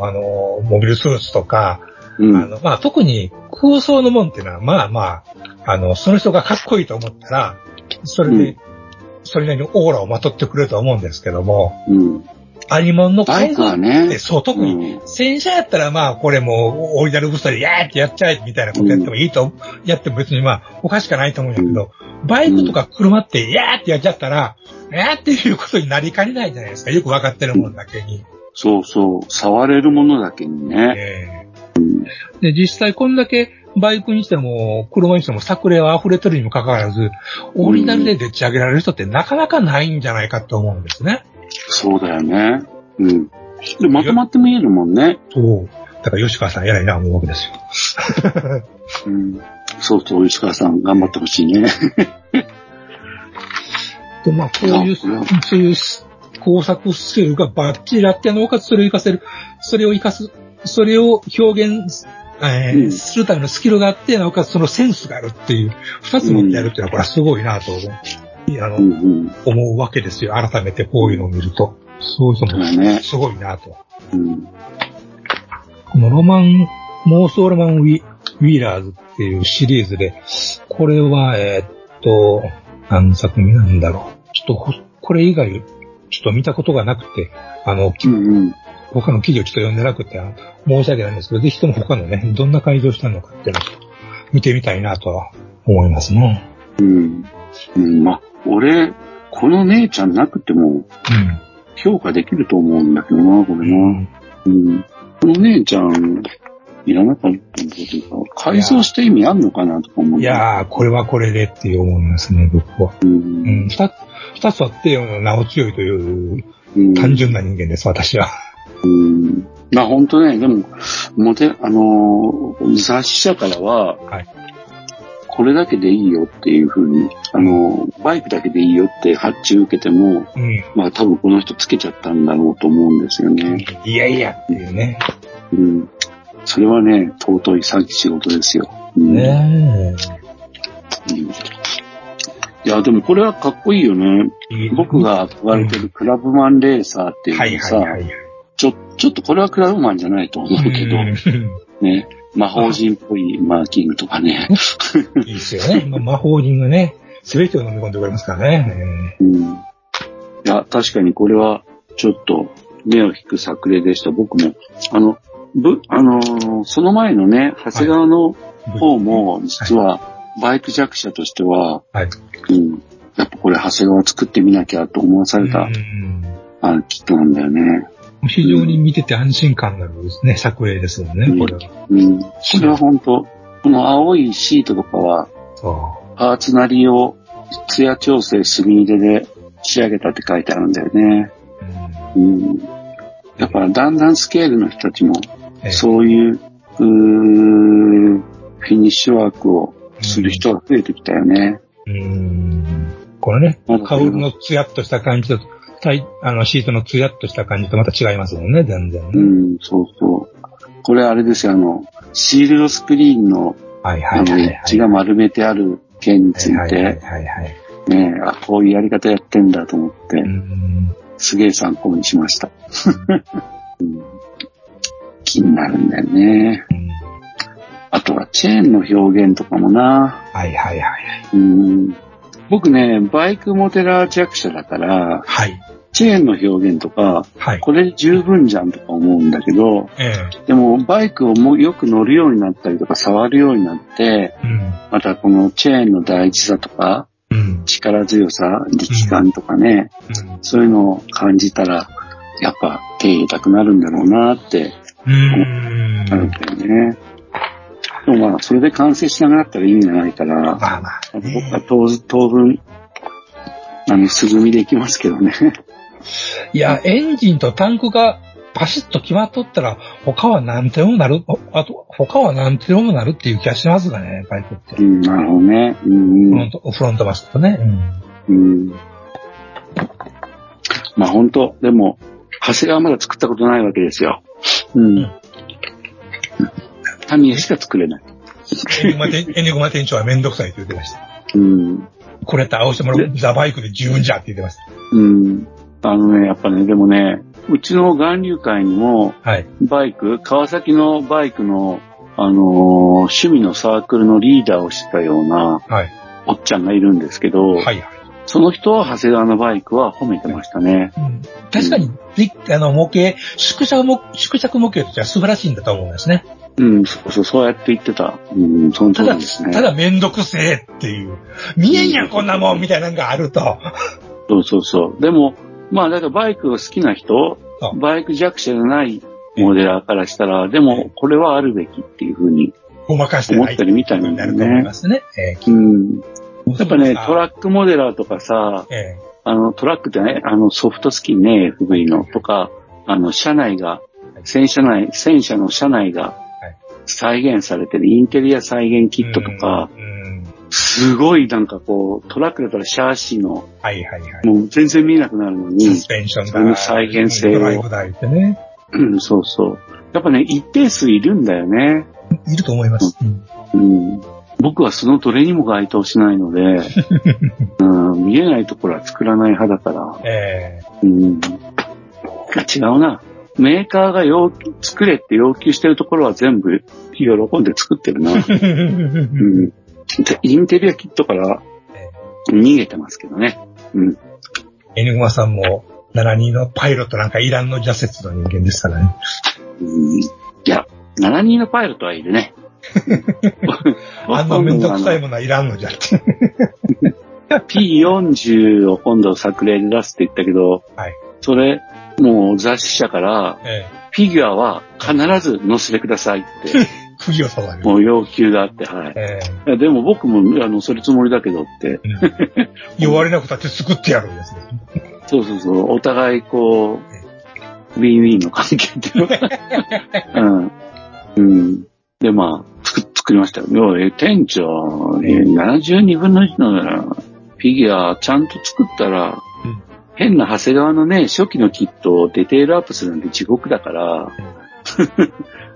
Speaker 1: ーモビルスーツとか、
Speaker 2: うん。
Speaker 1: あの、まあ、特に空想のもんっていうのは、まあまあ、あの、その人がかっこいいと思ったら、それで、
Speaker 2: うん
Speaker 1: それなりにオーラをまとってくれると思うんですけども、
Speaker 2: うん。
Speaker 1: アニモンの
Speaker 2: バイ
Speaker 1: 改
Speaker 2: ク
Speaker 1: 造
Speaker 2: は
Speaker 1: っ
Speaker 2: ね
Speaker 1: て、。そう、特に
Speaker 2: うん
Speaker 1: 戦車やったらまあこれもうオリジナルブースターでやーってやっちゃえみたいなことやってもいいと、やっても別にまあおかしくはないと思うんだけど、バイクとか車ってやーってやっちゃったら、やーっていうことになりかねないじゃないですか。よくわかってるもんだけに。
Speaker 2: そうそう。触れるものだけにね。
Speaker 1: ええで、実際こんだけバイクにしても車にしても作例は溢れてるにもかかわらず、オリジナルででっち上げられる人ってなかなかないんじゃないかと思うんですね。
Speaker 2: そうだよね。うん。で、まとまって見えるもんね。
Speaker 1: そう。だから吉川さん偉いな思うわけですよ。
Speaker 2: うん。そうそう、石川さん、頑張ってほしい <laughs> ね。
Speaker 1: で、まあ、こういう、
Speaker 2: そうね
Speaker 1: そういう工作スキルがバッチリあって、なおかつそれを活かせる、それを活かす、それを表現、えー
Speaker 2: うん
Speaker 1: するためのスキルがあって、なおかつそのセンスがあるっていう、二つ持ってやるっていうのは、これはすごいなと思う、いやあの、
Speaker 2: うんうん。
Speaker 1: 思うわけですよ。改めてこういうのを見ると。そういうの
Speaker 2: そうだ
Speaker 1: も、
Speaker 2: ね。
Speaker 1: すごいなと。
Speaker 2: うん。
Speaker 1: このロマン、妄想ロマンウィウィーラーズっていうシリーズで、これは、えーっと、何作目なんだろう。ちょっとほ、これ以外、ちょっと見たことがなくて、あの、き
Speaker 2: うんうん。
Speaker 1: 他の記事をちょっと読んでなくて、あの申し訳ないんですけど、ぜひとも他のね、どんな改造したのかっていうのを見てみたいなとは思いますね。
Speaker 2: うん。うん、まあ、俺、この姉ちゃんなくても評価できると思うんだけどな、こ
Speaker 1: う
Speaker 2: れ
Speaker 1: ん。
Speaker 2: な。うん。この姉ちゃん、いらなかったんだけど、改造して意味あんのかなとか思う。
Speaker 1: いやー、これはこれでっていう思いますね、僕は。
Speaker 2: う。
Speaker 1: うんん、二つ、二つあって、なお強いという
Speaker 2: うん。
Speaker 1: 単純な人間です、私は。
Speaker 2: うん。まあ本当ね、でも、モテ、あのー雑誌社からは、
Speaker 1: はい
Speaker 2: これだけでいいよっていうふうに、あのーバイクだけでいいよって発注受けても、
Speaker 1: うん。
Speaker 2: まあ多分この人つけちゃったんだろうと思うんですよね。
Speaker 1: いやいやっていうね。
Speaker 2: うん。それはね、尊い詐欺仕事ですよ。うん
Speaker 1: ね
Speaker 2: うんいや、でもこれはかっこいいよね。
Speaker 1: え
Speaker 2: 僕が憧れてるクラブマンレーサーっていう
Speaker 1: はい
Speaker 2: の
Speaker 1: はい
Speaker 2: さ、
Speaker 1: はい。
Speaker 2: ちょ、ちょっとこれはクラブマンじゃないと思うけど、
Speaker 1: うん
Speaker 2: ね、魔法人っぽいマーキングとかね。
Speaker 1: いいですよね。ま魔法人がね、すべてを飲み込んでくれますからね。
Speaker 2: うん。いや、確かにこれは、ちょっと、目を引く作例でした。僕も、あの、ぶ、あのーその前のね、長谷川の方も、実は、バイク弱者としては、
Speaker 1: はい。
Speaker 2: うん、やっぱこれ長谷川作ってみなきゃと思わされた、
Speaker 1: うん
Speaker 2: あの、キットなんだよね。
Speaker 1: 非常に見てて安心感のあるですね、作例ですもんね、これは。
Speaker 2: うん。これは本当この青いシートとかは、
Speaker 1: そ
Speaker 2: パーツなりを、艶調整墨入れで仕上げたって書いてあるんだよね。
Speaker 1: う。うん
Speaker 2: うん。だから、だんだんスケールの人たちも、
Speaker 1: ええ
Speaker 2: そういう、うーフィニッシュワークをする人が増えてきたよね。
Speaker 1: うんこのね、
Speaker 2: うん
Speaker 1: カウルのツヤっとした感じと、タイあのシートのツヤっとした感じとまた違いますもんね、全然ね。
Speaker 2: うん、そうそう。これあれですよ、あの、シールドスクリーンの、
Speaker 1: はいは
Speaker 2: あ
Speaker 1: い
Speaker 2: の、
Speaker 1: はい、
Speaker 2: エ
Speaker 1: は
Speaker 2: ッジ
Speaker 1: い。
Speaker 2: が丸めてある件につい
Speaker 1: はいはい
Speaker 2: て、
Speaker 1: はいはい。
Speaker 2: ね、あ、こういうやり方やってんだと思って
Speaker 1: う、ん
Speaker 2: すげえ参考 <laughs> にしました。うん気になるんだよね。
Speaker 1: うん
Speaker 2: あとはチェーンの表現とかもな。
Speaker 1: はいはいはい。
Speaker 2: うん。僕ね、バイクモテラー弱者だから、
Speaker 1: はい。
Speaker 2: チェーンの表現とか、
Speaker 1: はい。
Speaker 2: これで十分じゃんとか思うんだけど、
Speaker 1: え
Speaker 2: でもバイクをもうよく乗るようになったりとか触るようになって、
Speaker 1: えうん。
Speaker 2: またこのチェーンの大事さとか、
Speaker 1: うん。
Speaker 2: 力強さ、力感とかね、そういうのを感じたら、やっぱ手入れたくなるんだろうなって
Speaker 1: うん。
Speaker 2: なるんだよね。でもまあ、それで完成しなくなったら意味がないから、
Speaker 1: まあまあ。
Speaker 2: 僕は当当分、あの、涼みでいきますけどね。
Speaker 1: いや、エンジンとタンクがパシッと決まっとったら、他は何でもなる、ほあと、他は何でもなるっていう気がしますがね、バイクって。フ
Speaker 2: <laughs> うん、なるほどね。うん、う
Speaker 1: ロン
Speaker 2: ん。
Speaker 1: ト、フロントバスとね。
Speaker 2: うん、まあ本当でも、長谷川まだ作ったことないわけですよ。うん。タミヤしか作れない。
Speaker 1: エニグマ店、 <laughs> エニグマ店長はめんどくさいって言ってました。
Speaker 2: うん。
Speaker 1: これやって青してもらう、ザバイクで十分じゃって言ってました。
Speaker 2: うん。あのね、やっぱね、でもね、うちの岩流会にも、
Speaker 1: はい。
Speaker 2: バイク、川崎のバイクの、あのー趣味のサークルのリーダーをしてたような、
Speaker 1: はい。
Speaker 2: おっちゃんがいるんですけど、
Speaker 1: はいはい。
Speaker 2: その人は長谷川のバイクは褒めてましたね。
Speaker 1: うん確かに、であの、模型、縮尺模、縮尺模型としては素晴らしいんだと思うんですね。
Speaker 2: うん、そうそう、そうやって言ってた。うん、その
Speaker 1: た
Speaker 2: 通
Speaker 1: だ、
Speaker 2: りですね。
Speaker 1: ただめんどくせえっていう。見えんやん、こんなもんみたいなのがあると。
Speaker 2: そうそうそう。でも、まあ、だからバイクが好きな人
Speaker 1: あ、
Speaker 2: バイク弱者じゃないモデラーからしたら、でも、これはあるべきっていうふうに
Speaker 1: ごまかして
Speaker 2: 思
Speaker 1: な
Speaker 2: っ
Speaker 1: い
Speaker 2: て。るみたいなん
Speaker 1: に
Speaker 2: だ
Speaker 1: な
Speaker 2: よ
Speaker 1: ると思い
Speaker 2: ね
Speaker 1: ま。すね。え
Speaker 2: うん。
Speaker 1: ー
Speaker 2: やっぱね、トラックモデラーとかさ、
Speaker 1: え
Speaker 2: あの、トラックってね、あの、ソフトスキーね、FV のとか、あの、車内が、戦車内、戦車の車内が
Speaker 1: い
Speaker 2: 再現されてる、インテリア再現
Speaker 1: え
Speaker 2: キットとか、
Speaker 1: うん。うん
Speaker 2: すごいなんかこう、トラックだったらシャーシーの、
Speaker 1: はいはいはい。
Speaker 2: もう全然見えなくなるの
Speaker 1: サ
Speaker 2: に
Speaker 1: ス、ペンション
Speaker 2: それの再現性を
Speaker 1: ドライブ台ってね。
Speaker 2: うん、そうそう。やっぱね、一定数いるんだよね。
Speaker 1: いると思います。うん
Speaker 2: うん。僕はそのどれにも該当しない <laughs> ので、うん、見えないところは作らない派だから、
Speaker 1: え <laughs>
Speaker 2: うん。違うな。メーカーが要求作れって要求してるところは全部喜んで作ってる <laughs> な。
Speaker 1: え
Speaker 2: うん。でインテリアキットから逃げてますけどね。うん。
Speaker 1: エニグマさんも、72のパイロットなんかいらんの挫折の人間ですからね。
Speaker 2: うん、いや、72のパイロットはいるね。
Speaker 1: <laughs> あんなめんどくさいものはいらんのじゃって。
Speaker 2: P40 を今度作例で出すって言ったけど、
Speaker 1: はい
Speaker 2: それ、もう雑誌社から、
Speaker 1: ええ
Speaker 2: フィギュアは必ず載せてください
Speaker 1: <laughs>
Speaker 2: って、
Speaker 1: 釘を刺される。
Speaker 2: もう要求があって、はい。
Speaker 1: え
Speaker 2: いやでも僕も、あの、それつもりだけどって
Speaker 1: え。うん言われなくたって作ってやるんですね。
Speaker 2: そうそうそう。お互い、こう、ウィンウィンの関係っていう
Speaker 1: <laughs>
Speaker 2: のうん。うん。で、まあ、作、作りましたよ。要はえ店長、え72分の1のフィギュアちゃんと作ったら、
Speaker 1: うん
Speaker 2: 変な長谷川のね、初期のキットをディテールアップするなんて地獄だから、 <laughs>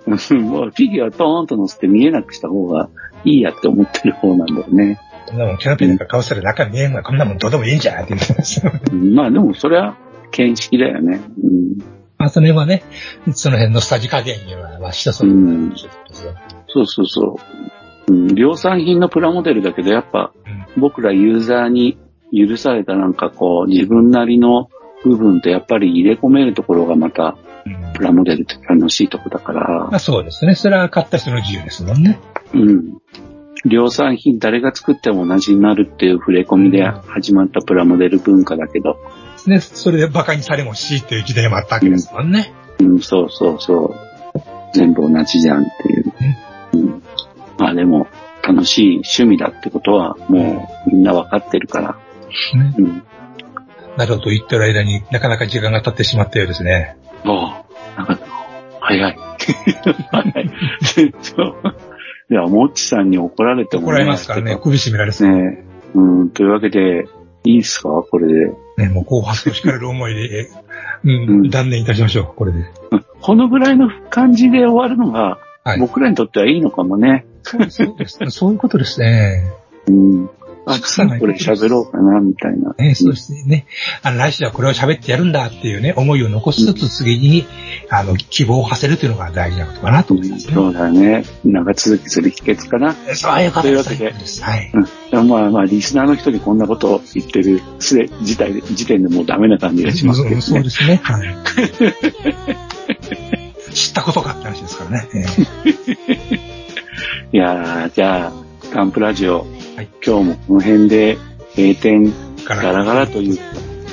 Speaker 2: もうフィギュアトーンと乗せて見えなくした方がいいやって思ってる方なんだよね。
Speaker 1: こんなもんキャナピーなんか買わせたら中見えんわ。こんなもんどうでもいいんじゃんって言ってます。
Speaker 2: うんまあでもそれは見識だよね。うん、
Speaker 1: まあ、その辺はね、その辺のさじ加減には、まあ、人それぞれなんでしょうけどね
Speaker 2: そうそうそう、うん。量産品のプラモデルだけどやっぱ僕らユーザーに許されたなんかこう自分なりの部分とやっぱり入れ込めるところがまた
Speaker 1: うん
Speaker 2: プラモデルって楽しいとこだか
Speaker 1: ま
Speaker 2: ら、 <laughs>
Speaker 1: あ、そうですね。それは買った人の自由ですもんね。
Speaker 2: うん。量産品誰が作っても同じになるっていう触れ込みで始まったプラモデル文化だけど、
Speaker 1: ね、それで馬鹿にされもしっていう時代もあったわけですもんね。
Speaker 2: うん、そうそうそう。全部同じじゃんっていう。うん、まあでも、楽しい趣味だってことは、もうみんなわかってるから。
Speaker 1: ね
Speaker 2: うん。
Speaker 1: などと言ってる間になかなか時間が経ってしまったようですね。
Speaker 2: ああ、なんか、
Speaker 1: <laughs>
Speaker 2: 早い。早い。そういや、もっちさんに怒られても、
Speaker 1: 怒られますからね。首絞められ
Speaker 2: ち
Speaker 1: そ
Speaker 2: ょ
Speaker 1: う。
Speaker 2: っとね。うん、というわけで、いいっすかこれで。 <laughs>
Speaker 1: ね、もう後発を叱られる思いで、う
Speaker 2: うん
Speaker 1: ん、断念いたしましょう。これで。
Speaker 2: このぐらいの感じで終わるのが、
Speaker 1: はい
Speaker 2: 僕らにとってはいいのかもね。
Speaker 1: そうです。そういうことですね。
Speaker 2: うん。あ、これ喋ろうかな、みたいな。
Speaker 1: ね、そしてね、あの、来週はこれを喋ってやるんだっていうね、思いを残しつつ次に、あの、希望を馳せるというのが大事なことかなと思いますね。
Speaker 2: そうだね。長続きする秘訣かな。
Speaker 1: そういうこと
Speaker 2: という
Speaker 1: で
Speaker 2: わ
Speaker 1: す。
Speaker 2: けで
Speaker 1: はい。
Speaker 2: うんでもまあまあ、リスナーの人にこんなことを言ってるすで自体で、時点でもうダメな感じがしますけど
Speaker 1: そうそう
Speaker 2: ね
Speaker 1: で。すね。はい。 <laughs> 知ったことかって話ですからね。えー
Speaker 2: いやーじゃあ、ガンプラジオ、
Speaker 1: はい
Speaker 2: 今日もこの辺で閉店
Speaker 1: ガ
Speaker 2: ガ
Speaker 1: ラ
Speaker 2: ラガラという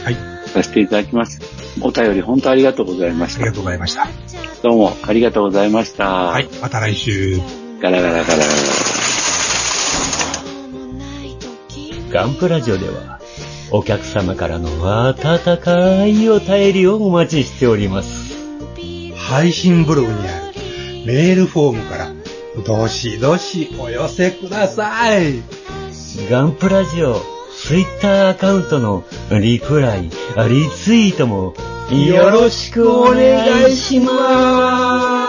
Speaker 1: はい。
Speaker 2: させていただきます。お便り本当ありがとうございまし
Speaker 1: あり
Speaker 2: た
Speaker 1: が。とうございました。
Speaker 2: どうもありがとうございました。
Speaker 1: はい。また来週。
Speaker 2: ガラガラガラガラ。
Speaker 8: ガンプラジオでは、お客様からの温かいお便りをお待ちしております。
Speaker 9: 配信ブログにあるメールフォームから、どしどしお寄せください。
Speaker 8: ガンプラジオ、ツイッターアカウントのリプライ、リツイートもよろしくお願いします。